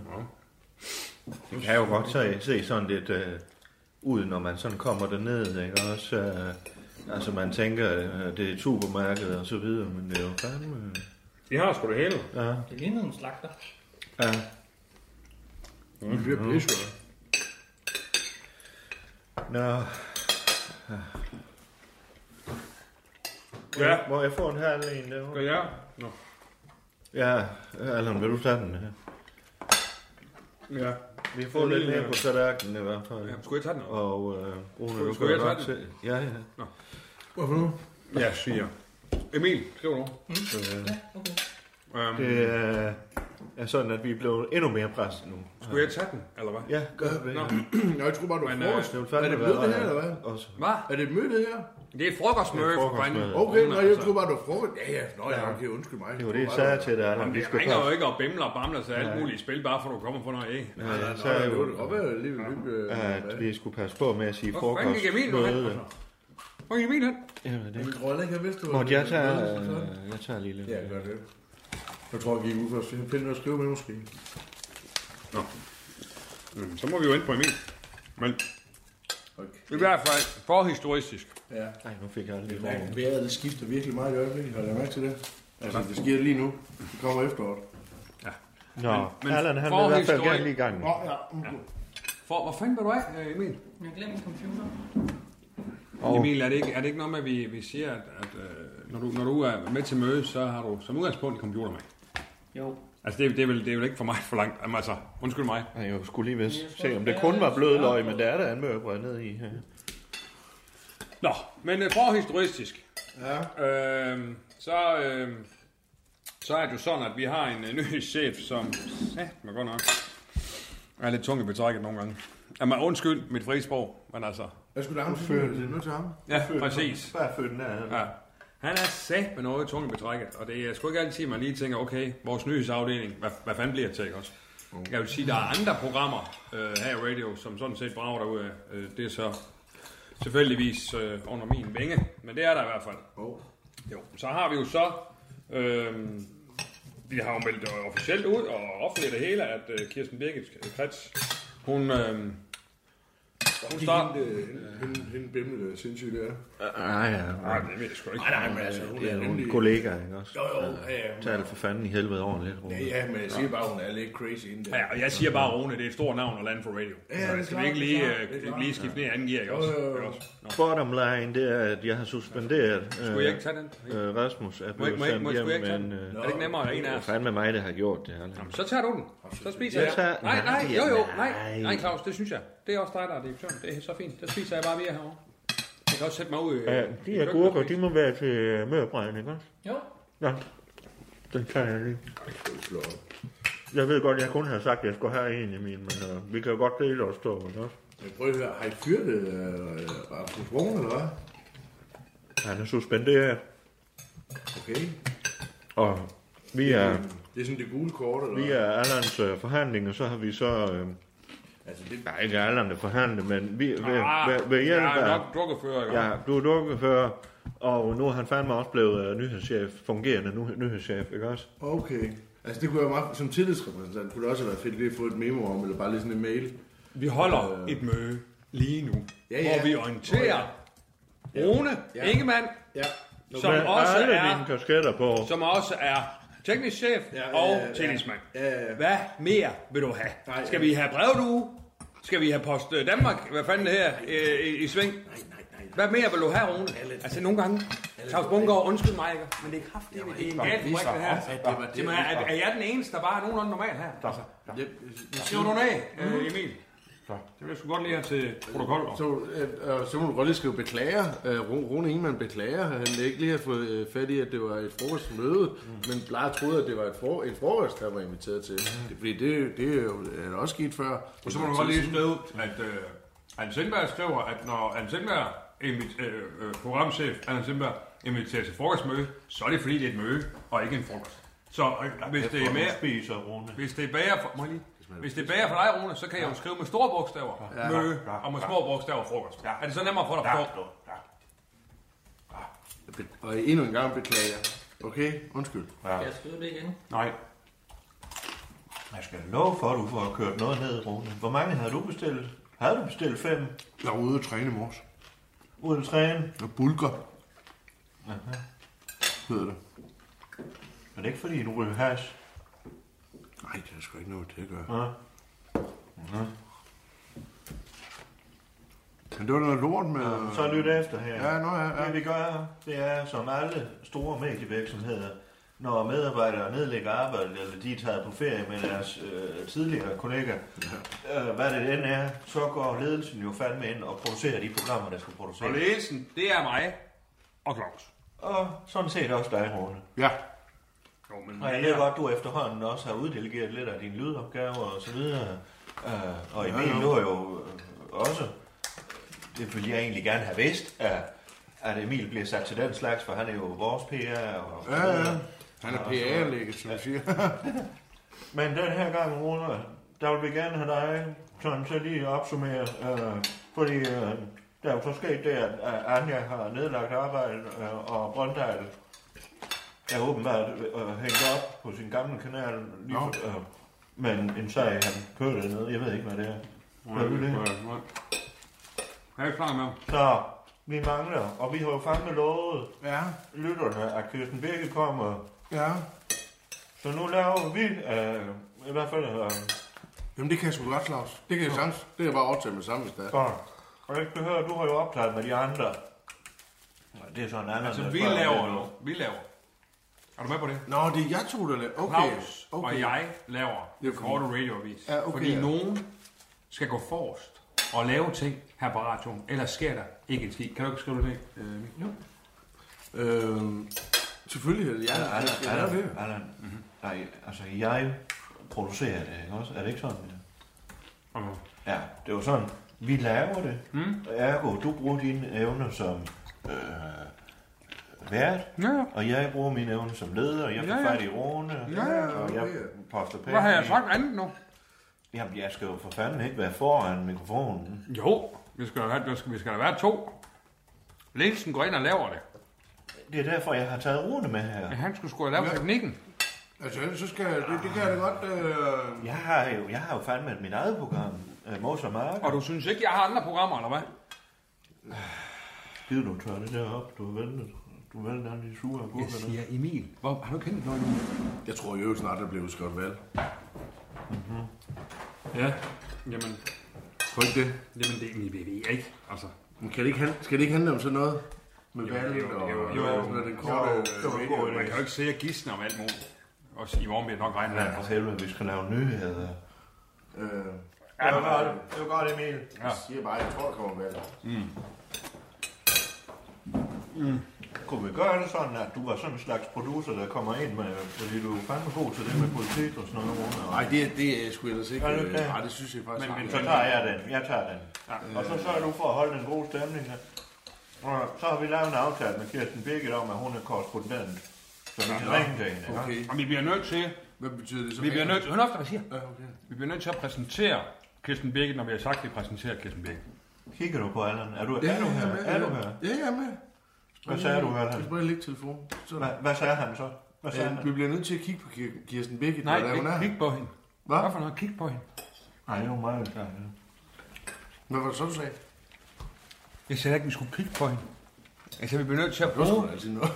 Man kan jo godt se, se sådan lidt øh, ud, når man sådan kommer derned, ikke? Også, øh, altså man tænker, øh, det er et supermarked og så videre, men det er jo fandme... Øh,
De har sgu det hele.
ja.
Det lignede en slagter.
Ja. Mhm.
Mm. Det bliver pisse,
Nå.
Ja.
Må jeg få en her eller en derovre?
Gør jeg? Nå.
Ja, Allan, vil du tage den her?
Ja.
Vi får lidt mere på tallerkenen i hvert fald.
Ja, skulle jeg tage den?
Og øh, Rune, du kan
Skulle jeg
jo
tage
godt
den?
se. Ja, ja.
Nå.
Hvorfor nu?
Jeg siger. Emil, skriv nu.
Mm.
Ja,
okay.
Øhm,
Øh, Det er, er sådan, at vi er blevet endnu mere presset nu.
Skulle jeg tage den, eller hvad?
Ja, gør det.
Nå.
Nå, jeg tror bare, du
Men,
Men,
øh,
frokost.
det ville
er
fandme
det
være
møde det her,
rart.
eller hvad?
Også.
Hvad?
Er det et møde det her?
Det er frokostmøde.
Det er frokostmøde.
for fanden.
Okay,
Hun
nå,
er
jeg
altså-
tror bare, du var frokost. Ja, ja, nå, ja,
Ja.
okay, undskyld mig.
Det var det, jeg sagde til dig, Allan.
Jamen,
Vi
vi
skal
ringer jo
først.
ikke og bimler og bamler til alt
Nej.
muligt spil, bare for du kommer for noget æg.
Ja, ja, så
Nå,
er
det
jo,
kunne det godt være, at lige øh, ved lykke.
at vi skulle passe på med at sige
Hvor fanden
frokost.
gik Emil nu hen?
møde.
Hvor er Emil hen?
Jamen,
Jeg
det.
tror heller ikke, jeg vidste, du
Måtte jeg tage,
møde, så sådan.
øh, jeg tager lige lidt.
Ja, gør det. Jeg tror, jeg gik ud for at se- finde noget at skrive med, måske.
Nå. Mm, så må vi jo ind på Emil. Men okay. i hvert fald forhistoristisk.
Ja.
Nej, nu fik jeg aldrig
Ja,
lov.
vejret skifter virkelig meget i øjeblikket. Har du mærke til det? Altså, det sker lige nu. Det kommer efteråret.
Nå,
men
Allan, han vil i hvert fald
forhistorie-
gerne lige i gang.
Nå, ja.
mm,
okay.
For, hvor fanden var du af, øh, Emil?
Jeg glemte min computer.
Oh. Emil, er det, ikke, er det ikke noget med, at vi, vi siger, at, at øh, når, du, når du er med til møde, så har du som udgangspunkt en computer med?
Jo.
Altså, det, er- det, er, vel, det er vel ikke for mig for langt. Jamen, altså, undskyld mig.
Nej, jeg skulle lige vist se, om det kun var bløde løg, men der er der en mørbrød nede i. her.
Nå, men øh, forhistoristisk.
Ja.
Øhm, så, øhm, så er det jo sådan, at vi har en øh, ny chef, som... Ja, man godt nok. Er lidt tung i betrækket nogle gange. Jamen, undskyld mit frisprog, men altså...
Jeg skulle da ham til det. er Nu til ham.
Ja,
Fød den.
præcis.
Bare fød den af.
Ja. Han er sat med noget tung i betrækket, og det er sgu ikke altid, man lige tænker, okay, vores nyhedsafdeling, hvad, hvad fanden bliver det til, ikke også? Jeg vil sige, der er andre programmer øh, her i radio, som sådan set brager derude af. Øh, det er så tilfældigvis øh, under min vinge, men det er der i hvert fald.
Oh.
Jo, så har vi jo så, øh, vi har jo meldt det officielt ud og offentligt det hele, at øh, Kirsten Birgit Krets, hun, øh,
Hun
hun
står...
starter...
Øh, Hende, hende, hende bimle, sindssygt der.
Nej, ja.
Nej, det ved jeg sgu ikke.
Nej, nej, men altså, hun
Det
er
er nogle
nemlig-
kollegaer, ikke også?
Jo, jo, ja, ja.
Tal for fanden i helvede over lidt, Rune.
Ja, ja, men jeg siger bare, hun er lidt crazy inden der.
Ja, og jeg siger bare, Rune, det er et stort navn at lande for radio.
Ja, ja, det er
Så skal vi
klart,
ikke
det
lige,
er klart, det er
øh,
klart.
lige skifte ned i anden gear, ikke
Jo,
også?
jo, jo.
Ikke også? Nå.
Bottom line, det er, at jeg har suspenderet.
Skulle jeg ikke tage den?
Øh, Rasmus er
Må jeg-
blevet
må jeg-
sendt
må jeg-
hjem,
skulle jeg ikke tage
men...
den?
Øh,
Er det ikke nemmere, at der er en af
det er
os?
fandme mig, der har gjort det. Allan.
Så tager du den. Så spiser
Jeg
jeg.
tager-
Nej, nej,
nej,
jo, jo, nej.
nej.
Nej, Claus, det synes jeg. Det er også dig, der er direktøren. Det er så fint. Det spiser jeg bare via herovre. Jeg kan også sætte mig ud. øh,
Ja,
i
de her
køkkenet.
gurker, de må være til mørbrænde, ikke også?
Jo.
Nå, den tager jeg lige. Jeg ved godt, jeg kun har sagt, at jeg skulle have en i min, men øh, vi kan jo godt dele os to, ikke også?
Men prøv at høre, har I fyret øh, Rasmus Broen, eller hvad?
Han er suspenderet,
Okay.
og vi er,
Det er sådan det gule kort, eller
vi
hvad?
er Allans øh, forhandling, og så har vi så... Øh,
Altså, det...
Nej, ikke Allan, der forhandler, men vi, ved,
Ah,
ved, ved hjælp
jeg er
af...
nok drukkefører, ikke?
Ja, du er dukkefører, og nu er han fandme også blevet øh, nyhedschef, fungerende nu, nyhedschef, ikke også?
Okay. Altså, det kunne jeg meget... Som tillidsrepræsentant kunne det også have været fedt lige at få et memo om, eller bare lige sådan en mail. Øh.
Vi holder et møde lige nu,
Ja, ja.
hvor vi orienterer Rune
Ja.
Ingemann,
Ja.
som
Med
også
alle
er
dine kasketter på.
som også er teknisk chef ja, ja, ja, og tillidsmand. Ja, ja, ja. Hvad mere vil du have? Nej, Skal vi have brevdue? Skal vi have Post øh, Danmark? Hvad fanden det her øh, i, i sving? Nej, nej, nej. Hvad mere vil du have, Rune? Altså nogle gange, Claus Bunker, undskyld mig, ikke? men det er kraftigt, det er en gal frik, det her. Jamen, er, er, er jeg den eneste, der bare er nogenlunde normal her? Altså, skriver du den af, øh, Emil? Det vil jeg sgu godt lige have til protokol.
Så, øh, øh, så må du godt lige skrive beklager. Øh, Ro- Rune Ingemann beklager. Han ikke lige har fået øh, fat i, at det var et frokostmøde, mm. men bare troede, at det var et for, en frokost, der var inviteret til. Det, fordi det, det er jo er også sket før.
Mm. Og så må du godt lige skrive, at øh, Anne Sindberg skriver, at når Anne Sindberg, invit- øh, øh, programchef Anne Sindberg, inviterer til frokostmøde, så er det fordi, det er et møde, og ikke en frokost. Så øh, hvis
Jeg
det
tror,
er
du
mere...
spiser, Rune.
Hvis det er bager for, må jeg lige,
smager
hvis det er bager for dig, Rune, så kan jeg
Ja.
jo skrive med store bogstaver.
Ja.
Ja. Mø,
Ja.
og med små bogstaver frokost. Er det så nemmere for dig at forstå?
Og endnu en gang beklager. Okay, undskyld.
Ja.
Skal jeg skyde det igen?
Nej. Jeg skal love for, at du får kørt noget ned, Rune. Hvor mange havde du bestilt? Havde du bestilt fem?
Jeg var ude at træne i morges.
Ude at træne?
Og bulker,
Aha.
hedder det.
Er det ikke fordi, du ryger hash?
Nej, det er sgu ikke noget til at gøre.
Ja. Ja.
Men det var noget lort med... Ja,
Så lyt efter her.
Ja, nå ja. ja.
Det vi gør, det er som alle store medievirksomheder, når medarbejdere nedlægger arbejdet, eller de er taget på ferie med deres øh, tidligere kollegaer, ja. øh, hvad det end er, så går ledelsen jo fandme ind og producerer de programmer, der skal produceres.
Og ledelsen, det er mig og Claus.
Og sådan set også dig, Rune.
Ja.
Jo, men...
Og jeg ved godt, du efterhånden også har uddelegeret lidt af dine lydopgaver og så videre. Øh, og Emil,
Ja, ja.
du har jo øh, også, det ville jeg egentlig gerne have vidst, at, at Emil bliver sat til den slags, for han er jo vores PR. Og
Ja, ja. Han er PR-læge, som du siger.
Men den her gang, Rune, der vil vi gerne have dig sådan til lige at opsummere, øh, fordi øh, der er jo så sket det, at at Anja har nedlagt arbejde, øh, og Brøndal er åbenbart øh, hængt op på sin gamle kanal, lige
Nå.
for, øh, men en sag, han kørte ned, jeg ved ikke, hvad det er. Hvad er det?
Jeg er ikke klar med ham.
Så vi mangler, og vi har jo fandme lovet
ja.
lytterne, at Kirsten Birke kommer.
Ja.
Så nu laver vi, øh, i hvert fald... Øh,
Jamen, det kan jeg sgu godt, Claus. Det kan jeg sagtens. Det kan jeg bare aftale med sammen, hvis det er.
Godt. Og jeg kan høre, at du har jo optaget med de andre. Ja, Det er sådan andet.
Altså, vi laver jo. Vi laver. Er du med på det?
Nå, det er jeg to, der laver. Okay.
Claus
okay.
og jeg laver
Det er
det
fordi-
korte radioavis.
Ja, okay,
fordi
ja.
nogen skal gå forrest og lave ting her på radioen. Ellers sker der ikke en skid. Kan du ikke skrive det? Øh, jo.
Øhm, selvfølgelig. Jeg,
Ja,
jeg,
Allan,
jeg, jeg, jeg,
Allan,
jeg,
Allan, Allan. Nej, altså jeg producerer det, ikke også? Er det ikke sådan?
Okay.
Ja, det er jo sådan. Vi laver det.
Mm.
Ergo, du bruger dine evner som øh, vært,
ja.
og jeg bruger mine evner som leder, og jeg får
Ja,
ja,
ja.
fat i Rune,
Ja, ja,
og jeg
okay.
poster penge.
Hvad har jeg
i-
sagt andet nu?
Jamen, jeg skal jo for fanden ikke være foran mikrofonen.
Jo, vi skal, have, vi skal, vi skal da være to. Ledelsen går ind og laver det.
Det er derfor, jeg har taget Rune med her.
Men han skulle sgu da lave
Ja.
teknikken.
Altså, så skal jeg, det, det kan jeg da godt... Øh...
Jeg har jo, jeg har jo fandme mit eget program, øh, Mors og Mark.
Og du synes ikke, jeg har andre programmer, eller hvad?
Gider du tør det der op, du har ventet. Du har ventet alle de sure agurker.
Jeg siger Emil. Hvor, har du kendt noget nu?
Jeg tror jo snart, der bliver udskrevet valg.
Ja, jamen...
Tror ikke det?
Jamen, det, det ved jeg ikke, altså.
Men kan det ikke, handle, skal det ikke handle om sådan noget? Med
Jo,
valget
jo,
og...
jo, jo,
og
jo.
sådan noget, den
Jo,
korte...
det var en god idé. øh, Man kan jo ikke sidde og gisne om alt muligt. Også i morgen bliver det nok regnet.
Ja, for helvede, vi skal lave nyheder.
Øh,
Ja, det var godt, det var godt Emil.
Jeg siger bare, jeg tror, der kommer valg.
Mm. Mm. Kunne vi gøre det sådan, at du var sådan en slags producer, der kommer ind med, fordi du er fandme god til det med politik og sådan noget? Rune, og-
Nej, det, er- det er sgu ellers ikke...
Ja,
Øh,
det kan.
nej, det synes jeg faktisk
Men, men
ikke.
så tager jeg den. Jeg tager den. Ja. Og så sørger du for at holde den gode stemning her. Og så har vi lavet en aftale med Kirsten Birgit om, at hun er korrespondent. Så vi kan ringe til hende. ikke?
Og vi bliver nødt til...
Hvad betyder det så?
Vi bliver nødt til... Hør nu efter, hvad jeg siger.
Ja, okay.
Vi bliver nødt til at præsentere Kirsten Birgit, når vi har sagt, at vi præsenterer Kirsten Birgit.
Kigger du på Allan? Er du,
Ja,
er du her?
ja,
Er du her?
Ja, jeg er med.
Hvad sagde du,
Jeg skal
Allan?
bare lægge telefonen. Sådan.
Hvad, hvad sagde han så? Hvad sagde
Øh,
han?
vi bliver nødt til at kigge på Kir- Kirsten Birgit,
Nej,
hvordan hun
ikke
er.
kig på hende.
Hvad?
Hvad for noget? Kig på hende.
Nej, det var meget klart.
Hvad var det så, du sagde?
Jeg sagde ikke, vi skulle kigge på hende. Jeg siger, vi bliver nødt til at
Det var sgu
bruge...
da altid noget.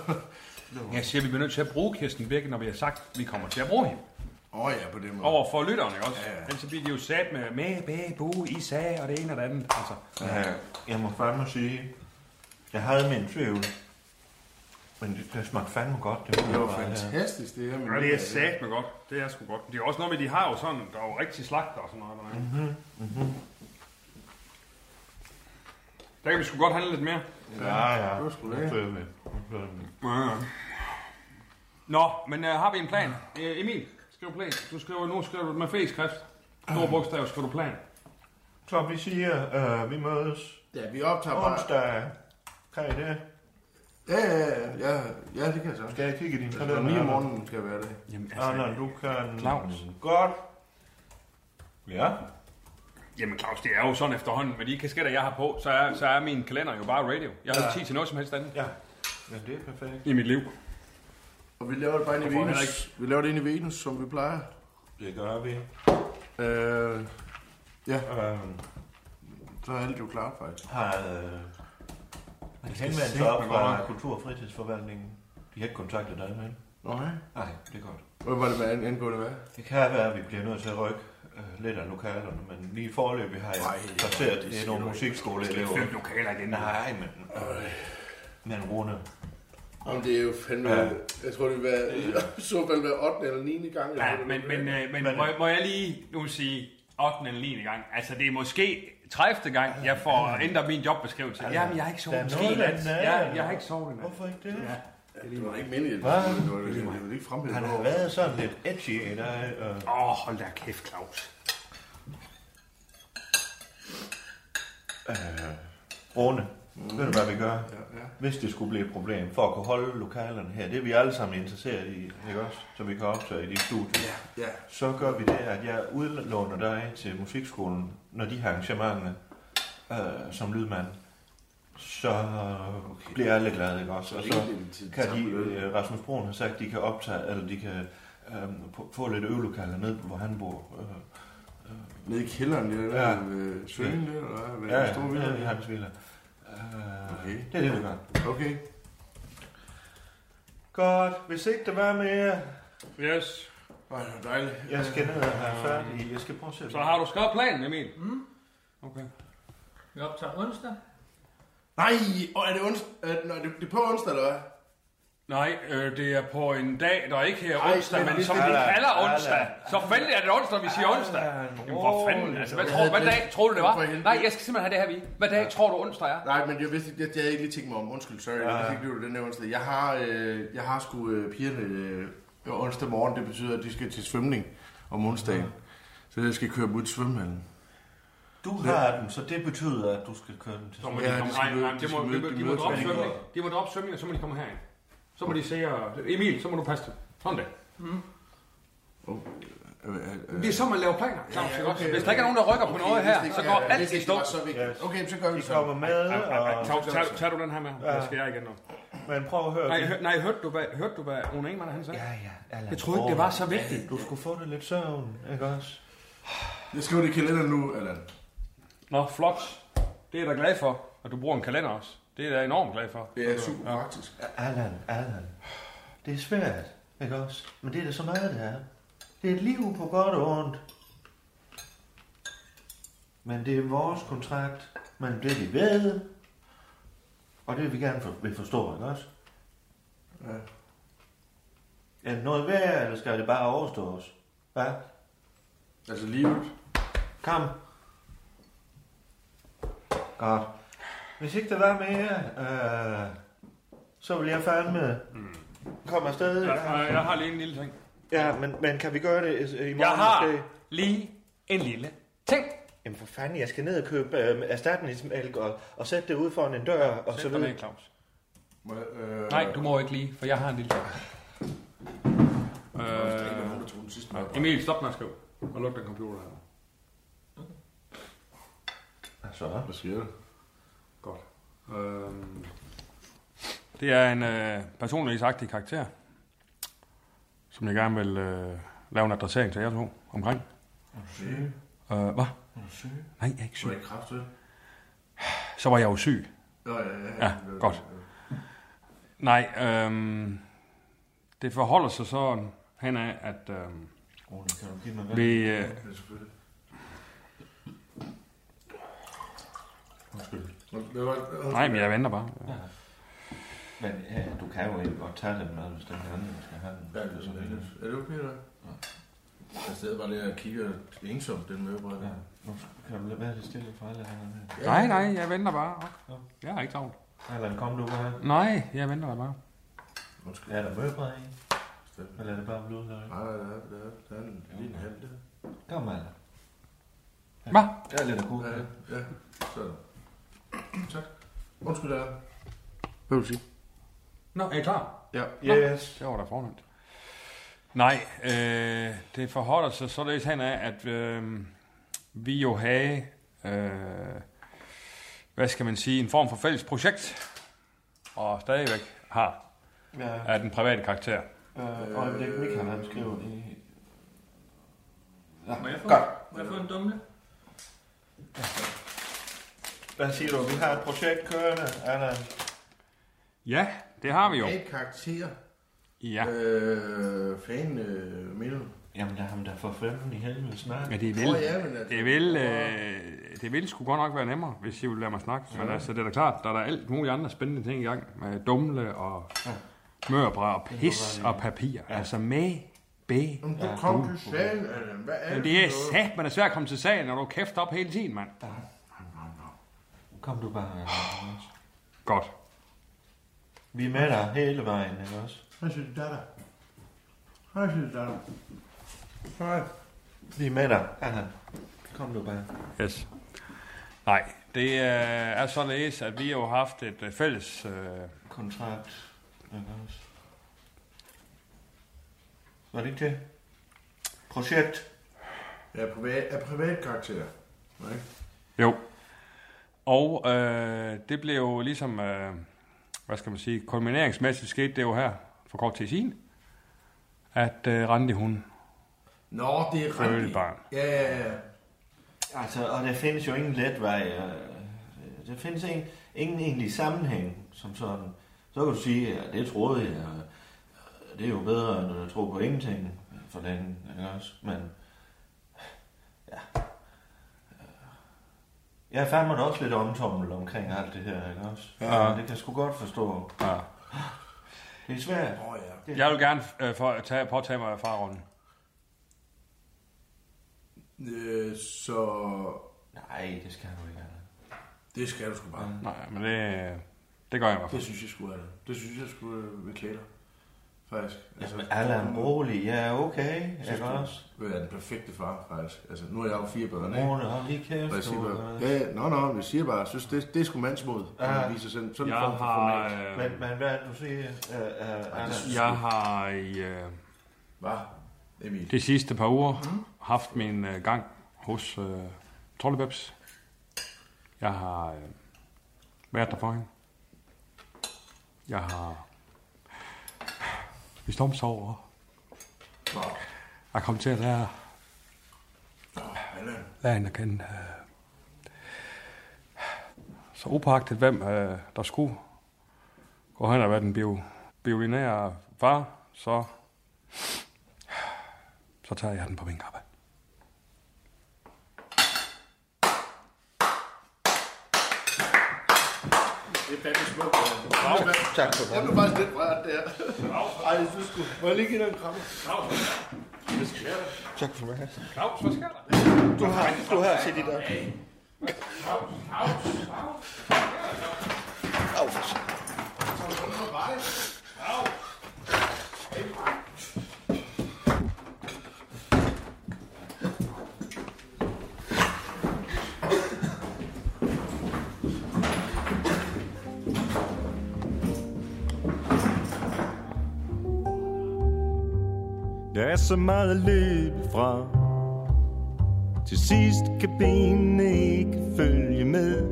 Jeg siger, vi bliver nødt til at bruge Kirsten Birgit, når vi har sagt, at vi kommer til at bruge hende.
Åh oh, ja, på den måde.
Over for lytterne, ikke også?
Ja,
Ja,
ja.
ja. Ellers så bliver de jo sat med med, bag, bo, i sag og det ene og det andet. Altså,
Ja, jeg må fandme sige, jeg havde min tvivl. Men det, det smagte fandme godt. Det,
Det var
bare, ja.
fantastisk, det her. med
ja, det er
lytterne.
sat med godt. Det er sgu godt. Det er også noget med, de har jo sådan, der er jo rigtig slagter og sådan noget. Der,
Mhm, mhm.
der kan vi sgu godt handle lidt mere.
Ja, ja.
Det var sgu det.
Nu kører vi. Nu kører vi.
Ja, ja. Nå, men øh, har vi en plan? Øh, Emil, skriv plan. Du skriver, nu skriver du med flæskrift. Store bogstaver, skriver du plan.
Så vi siger, øh, vi mødes
Ja, vi optager bare...
onsdag. Kan I det?
Ja, ja, ja, ja, ja, det kan jeg så. Skal jeg kigge i din
kalender,
Klokken 9 om
eller?
morgenen skal jeg være der.
Jamen, altså, Arnold, du kan-
Claus.
Godt. Ja.
Jamen Claus, det er jo sådan efterhånden, med de kasketter, jeg har på, så er, så er min kalender jo bare radio. Jeg har
Ja.
ja. tid til noget som helst andet.
Ja. Men det er perfekt.
I mit liv.
Og vi laver det bare inde i
Jeg får
Venus.
heller
Vi laver det inde i Venus, som vi plejer.
Det gør vi.
Øh, ja.
Øh,
så er alt jo klart, faktisk.
Har øh, henvendt sig op fra Kultur- og Fritidsforvaltningen. De har ikke kontaktet dig, vel?
Nej.
Nej, det er godt.
Hvad var det med an- angående hvad?
Det kan være, at vi bliver nødt til at rykke øh, lidt af lokalerne, men lige i forløbet har jeg placeret det er nogle musikskoleelever.
Skal vi flytte lokaler igen?
Nej, men... Øh, men Rune,
Jamen, det er jo fandme...
Ja.
Ja. Jeg tror, det vil være... I så fald være 8. eller 9. gang.
Ja, men, men, øh, men må, må jeg lige nu sige 8. eller 9. gang? Altså, det er måske 30. gang, jeg får ændret min jobbeskrivelse.
Ja,
Jamen, jeg har ikke
der
sovet
er
måske
noget,
i nat.
der er-
Ja, jeg har ikke sovet i nat.
Hvorfor ikke det?
Ja.
Det var ikke meningen.
Hvad?
Det var- det var- det var ikke fremhævet.
han har været sådan lidt edgy i dag. øh.
Åh, oh, hold da kæft, Claus.
Øh, Rune, mm.
Mm.
ved du hvad vi gør?
Ja, ja.
Hvis det skulle blive et problem, for at kunne holde lokalerne her, det er vi alle sammen interesseret i, ikke også? Så vi kan optage i dit studie.
Ja, ja.
Så gør vi det, at jeg udlåner dig til musikskolen, når de har arrangementer øh, som lydmand. Så okay. bliver alle glade, ikke også?
Så
Og
det
så
er egentlig til-
kan de,
samme løn.
øh, Rasmus Broen har sagt, de kan optage, eller de kan øh, få- få lidt øvelokaler ned, hvor han bor. Øh, øh,
Nede i kælderen, det er der, øh, svingen der, eller hvad? Hvad er det,
ja,
en stor villa?
Ja, det er hans villa. Uh, okay. Det er det, vi gør.
Okay.
Godt. Hvis ikke der var mere...
Yes.
Ej, det var dejligt.
Jeg skal ned og have færdig. Jeg skal prøve at se...
Så har du skrevet planen, Emil?
Mm.
Okay.
Vi optager onsdag.
Nej, og er det onsdag? Er, nej, det, det er på onsdag, eller hvad?
Nej, øh, det er på en dag, der ikke her
Ej,
onsdag,
men
men,
det
som vi
skal vi-
kalder
Allan,
onsdag. Så fandme er det onsdag, vi siger onsdag. Jamen for fanden, altså hvad, tror, hvad dag tror du det
For
var?
helvede.
Nej, jeg skal simpelthen have det her vi. Hvad dag tror du onsdag er?
Nej, men jeg vidste ikke, jeg, jeg havde ikke lige tænkt mig om. Undskyld, sorry.
Ja,
Ja.
ja.
Jeg fik det jo den her onsdag. Jeg har, øh, jeg har sgu øh, pigerne øh, onsdag morgen. Det betyder, at de skal til svømning om onsdagen. Ja. Så jeg skal køre dem ud til svømmehallen.
Du har den, så det betyder, at du skal køre den til...
Så må de komme, nej, nej, det må, de, må, de, må droppe svømning. De må droppe svømning, og så må de komme herind. Så må de se, og Emil, så må du passe til. Sådan der.
Mm-hmm.
Mm.
Oh, øh, øh, øh.
Det er så, man laver planer. Claus,
Ja,
ikke
okay,
også?
okay.
Hvis der ikke er nogen, der rykker på
Okay,
noget
jeg vidste
her,
ikke,
så
jeg-
går
jeg
alt
vidste
i
ikke,
stå.
det var så vigtigt. Okay, så gør vi
De
så.
kommer med,
Ej, ej, ej,
og-
Claus, tager, tager du den her med? Ja. skal jeg igen nu.
Men prøv at høre...
Nej, hør, nej hørte, du, hvad, hørte du, hvad Rune Ingemann han sagde? Ja,
ja. Allan
Jeg troede ikke, det var så
Broen.
vigtigt.
Du skulle få det lidt søvn, ikke også?
Jeg skriver det i kalenderen nu, Allan.
Nå, flot. Det er jeg da glad for, at du bruger en kalender også. Det er jeg da enormt glad for.
Det er super praktisk.
Allan, Allan. Det er svært, ikke også? Men det er da så meget, det er. Det er et liv på godt og ondt. Men det er vores kontrakt. Men det er vi ved. Og det vil vi gerne for, vil forstå, ikke også?
Ja.
Er det noget værd, eller skal det bare overstås? Hvad?
Altså livet.
Kom. Godt. Hvis ikke der var mere, øh, så vil jeg fandme komme afsted.
Mm. Jeg, jeg, jeg har lige en lille ting.
Ja, men, men kan vi gøre det øh, i morgen?
Jeg har
måske?
lige en lille ting.
Jamen for fanden, jeg skal ned og købe øh, erstatningsmælk og, og sætte det ud foran en dør og så
Sæt dig
videre.
ned, Claus.
Må jeg, øh,
Nej, du må ikke lige, for jeg har en lille ting. Øh, Emil, stop med at skrive. Og luk den computer her.
Så. Hvad
siger du?
Godt. Øhm, det er en øh, personlighedsagtig karakter, som jeg gerne vil øh, lave en adressering til jer to omkring.
Er du syg?
Øh, hvad?
Er du syg?
Nej, jeg er ikke
Du
syg.
er ikke kræft, vel?
Så var jeg jo syg.
Nå, ja, ja, ja.
ja godt. Nej, øhm, det forholder sig sådan hen af, at øhm,
Rune, kan du give mig vand?
vi... Øh,
Ja, selvfølgelig.
Undskyld.
Hvad var det?
nej, men jeg venter bare.
Ja. Men ja, du kan jo ikke godt tage dem med, hvis den anden skal have dem.
Ja, det er sådan lidt. Er det okay, eller? Ja. Jeg sidder bare lige og kigger ensomt den møbræt. Ja.
Nu kan du lade være lidt stille for alle her.
Nej, nej, jeg venter bare. Jeg har ikke travlt.
Allan, kom du bare.
Nej, jeg venter bare.
Undskyld.
Er der møbler i? Eller er det bare blod? Nej,
nej, der er, der er, der er en lille halv der.
Kom, Allan.
Hvad?
Der er lidt af kuglen.
Ja, ja. Så. Tak. Undskyld, der. Hvad vil du sige?
Nå, er I klar?
Ja.
Nå,
Yes.
Det var da fornemt. Nej, øh, det forholder sig således hen af, at øh, vi jo havde, øh, hvad skal man sige, en form for fælles projekt, og stadigvæk har,
Ja.
af den private karakter.
Øh, og det er Michael, han skriver i... Ja,
Må jeg få,
godt.
må jeg få en dumle?
Hvad siger du? Vi har et projekt kørende, Allan.
Ja, det har vi jo.
Et karakter.
Ja.
Øh, fan, øh, mener du?
Jamen, der er ham, der får fanden i helvede snart.
Ja, det vil,
Åh, ja, men altså-
det vil, øh, det vil sgu godt nok være nemmere, hvis I vil lade mig snakke. Men
Ja.
altså, det er da klart, der er der alt muligt andre spændende ting i gang. Med dumle og mørbræd og
Det må
pis
være det.
og papir. Altså med B.
Jamen, du kom til sagen, Allan. Hvad er
Jamen,
det
det er
for
sat, man er svært at komme til sagen, når du kæft op hele tiden, mand.
Kom du bare. Allan.
Godt.
Vi er med dig hele vejen, ikke også?
Hej, søde datter. Hej, søde datter. Hej.
Vi er med dig, Allan. Kom du bare.
Yes. Nej, det øh, er således, at vi jo har haft et øh, fælles... Øh,
Kontrakt. Ikke også? Var det ikke det? Projekt.
Ja, privat, af privat karakter. Nej.
Jo. Og øh, det blev jo ligesom, øh, hvad skal man sige, kulmineringsmæssigt skete det jo her for kort tid siden, at øh, Randi hun
Nå, det er
følte
rigtigt.
barn.
Ja, ja, ja.
Altså, og der findes jo ingen let vej. øh, Der findes ingen, ingen egentlig sammenhæng som sådan. Så kan du sige, at det troede jeg, og det er jo bedre end at tro på ingenting for længe, ikke også? Men ja. Jeg er fandme da også lidt omtumlet omkring alt det her, ikke også?
Ja.
Men Det kan jeg sgu godt forstå.
Ja.
Det er svært.
Åh, ja.
Jeg vil gerne øh, for, tage, påtage mig farrunden.
Øh, så...
Nej, det skal du ikke, Allan.
Det skal du sgu bare.
Nej, men det, øh, det gør jeg i hvert fald.
Det synes jeg sgu, Allan. Det synes jeg sgu, øh, vil klæde dig. Faktisk. Altså,
Jamen, Allan, rolig. Jeg er okay,
Jeg
ikke også?
Du er den perfekte far, faktisk. Altså, nu er jeg jo fire børn,
Rune, hold lige kæft,
Og jeg siger
du,
bare,
øh.
ja, ja, nå, nå, men jeg siger bare, jeg synes, det, det er sgu mandsmod, ja. eh,
Ja.
man viser sådan, sådan en
Jeg
form for
har,
format.
øh,
Men, men hvad er det, du siger, øh, øh, Allan?
Jeg har i øh,
Hvad, Emil?
de sidste par uger haft min øh, gang hos øh, Trollebeps. Jeg har øh, været der for hende. Jeg har... Vi stormsover.
Nå,
Jeg kom til at lære,
Allan.
lære hende at kende. øh. Så upagtet, hvem øh, der skulle gå hen og være den bio, biolinære far, så, så tager jeg den på min kappe.
Det er fandme smukt. Allan.
Tak for
Jeg blev faktisk lidt rørt der. Ej, jeg synes sgu. Må jeg lige give dig en krammer? Hvad sker der?
Tak for mig.
Claus, hvad sker der?
Du har, du har set dit op. Au.
Der er så meget at løbe fra Til sidst kan benene ikke følge med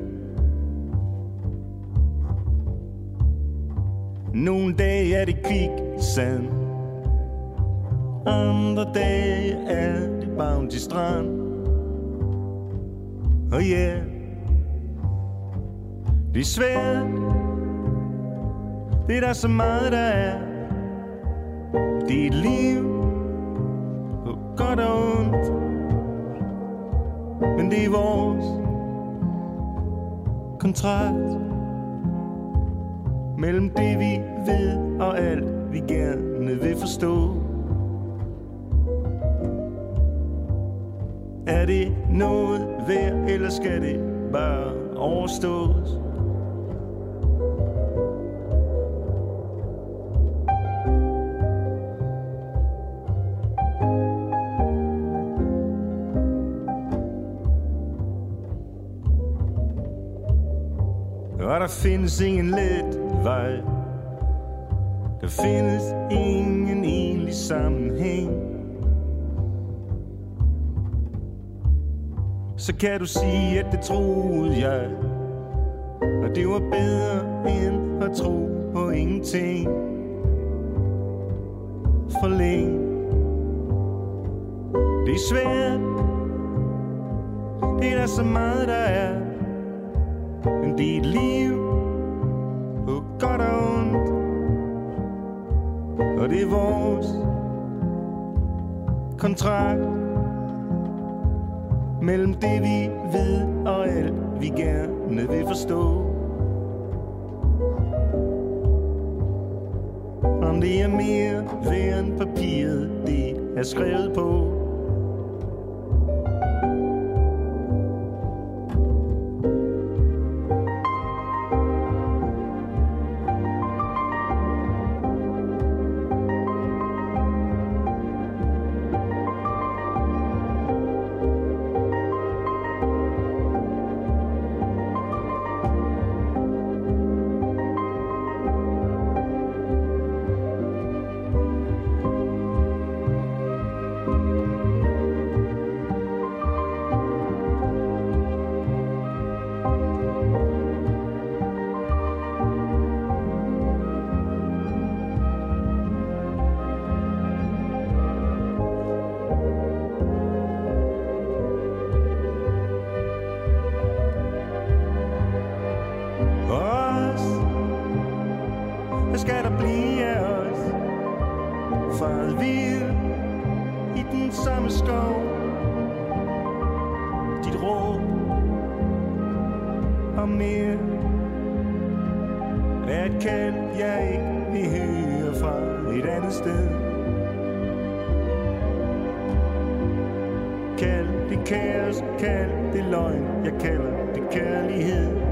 Nogle dage er det kviksand Andre dage er det bounty strand Og oh ja yeah. Det er svært Det er der så meget der er Det er et liv godt og ondt Men det er vores kontrakt Mellem det vi ved og alt vi gerne vil forstå Er det noget værd, eller skal det bare overstås? Og der findes ingen let vej Der findes ingen egentlig sammenhæng Så kan du sige, at det troede jeg Og det var bedre end at tro på ingenting For længe Det er svært Det er der så meget, der er Men det er et liv På godt og ondt og det er vores kontrakt Mellem det vi ved og alt vi gerne vil forstå Om det er mere værd end papiret det er skrevet på os Hvad skal der blive af os Faret vild i den samme skov Dit råb og mere Hvad kan jeg ikke vil høre fra et andet sted Kald det kaos, kald det løgn Jeg kalder det kærlighed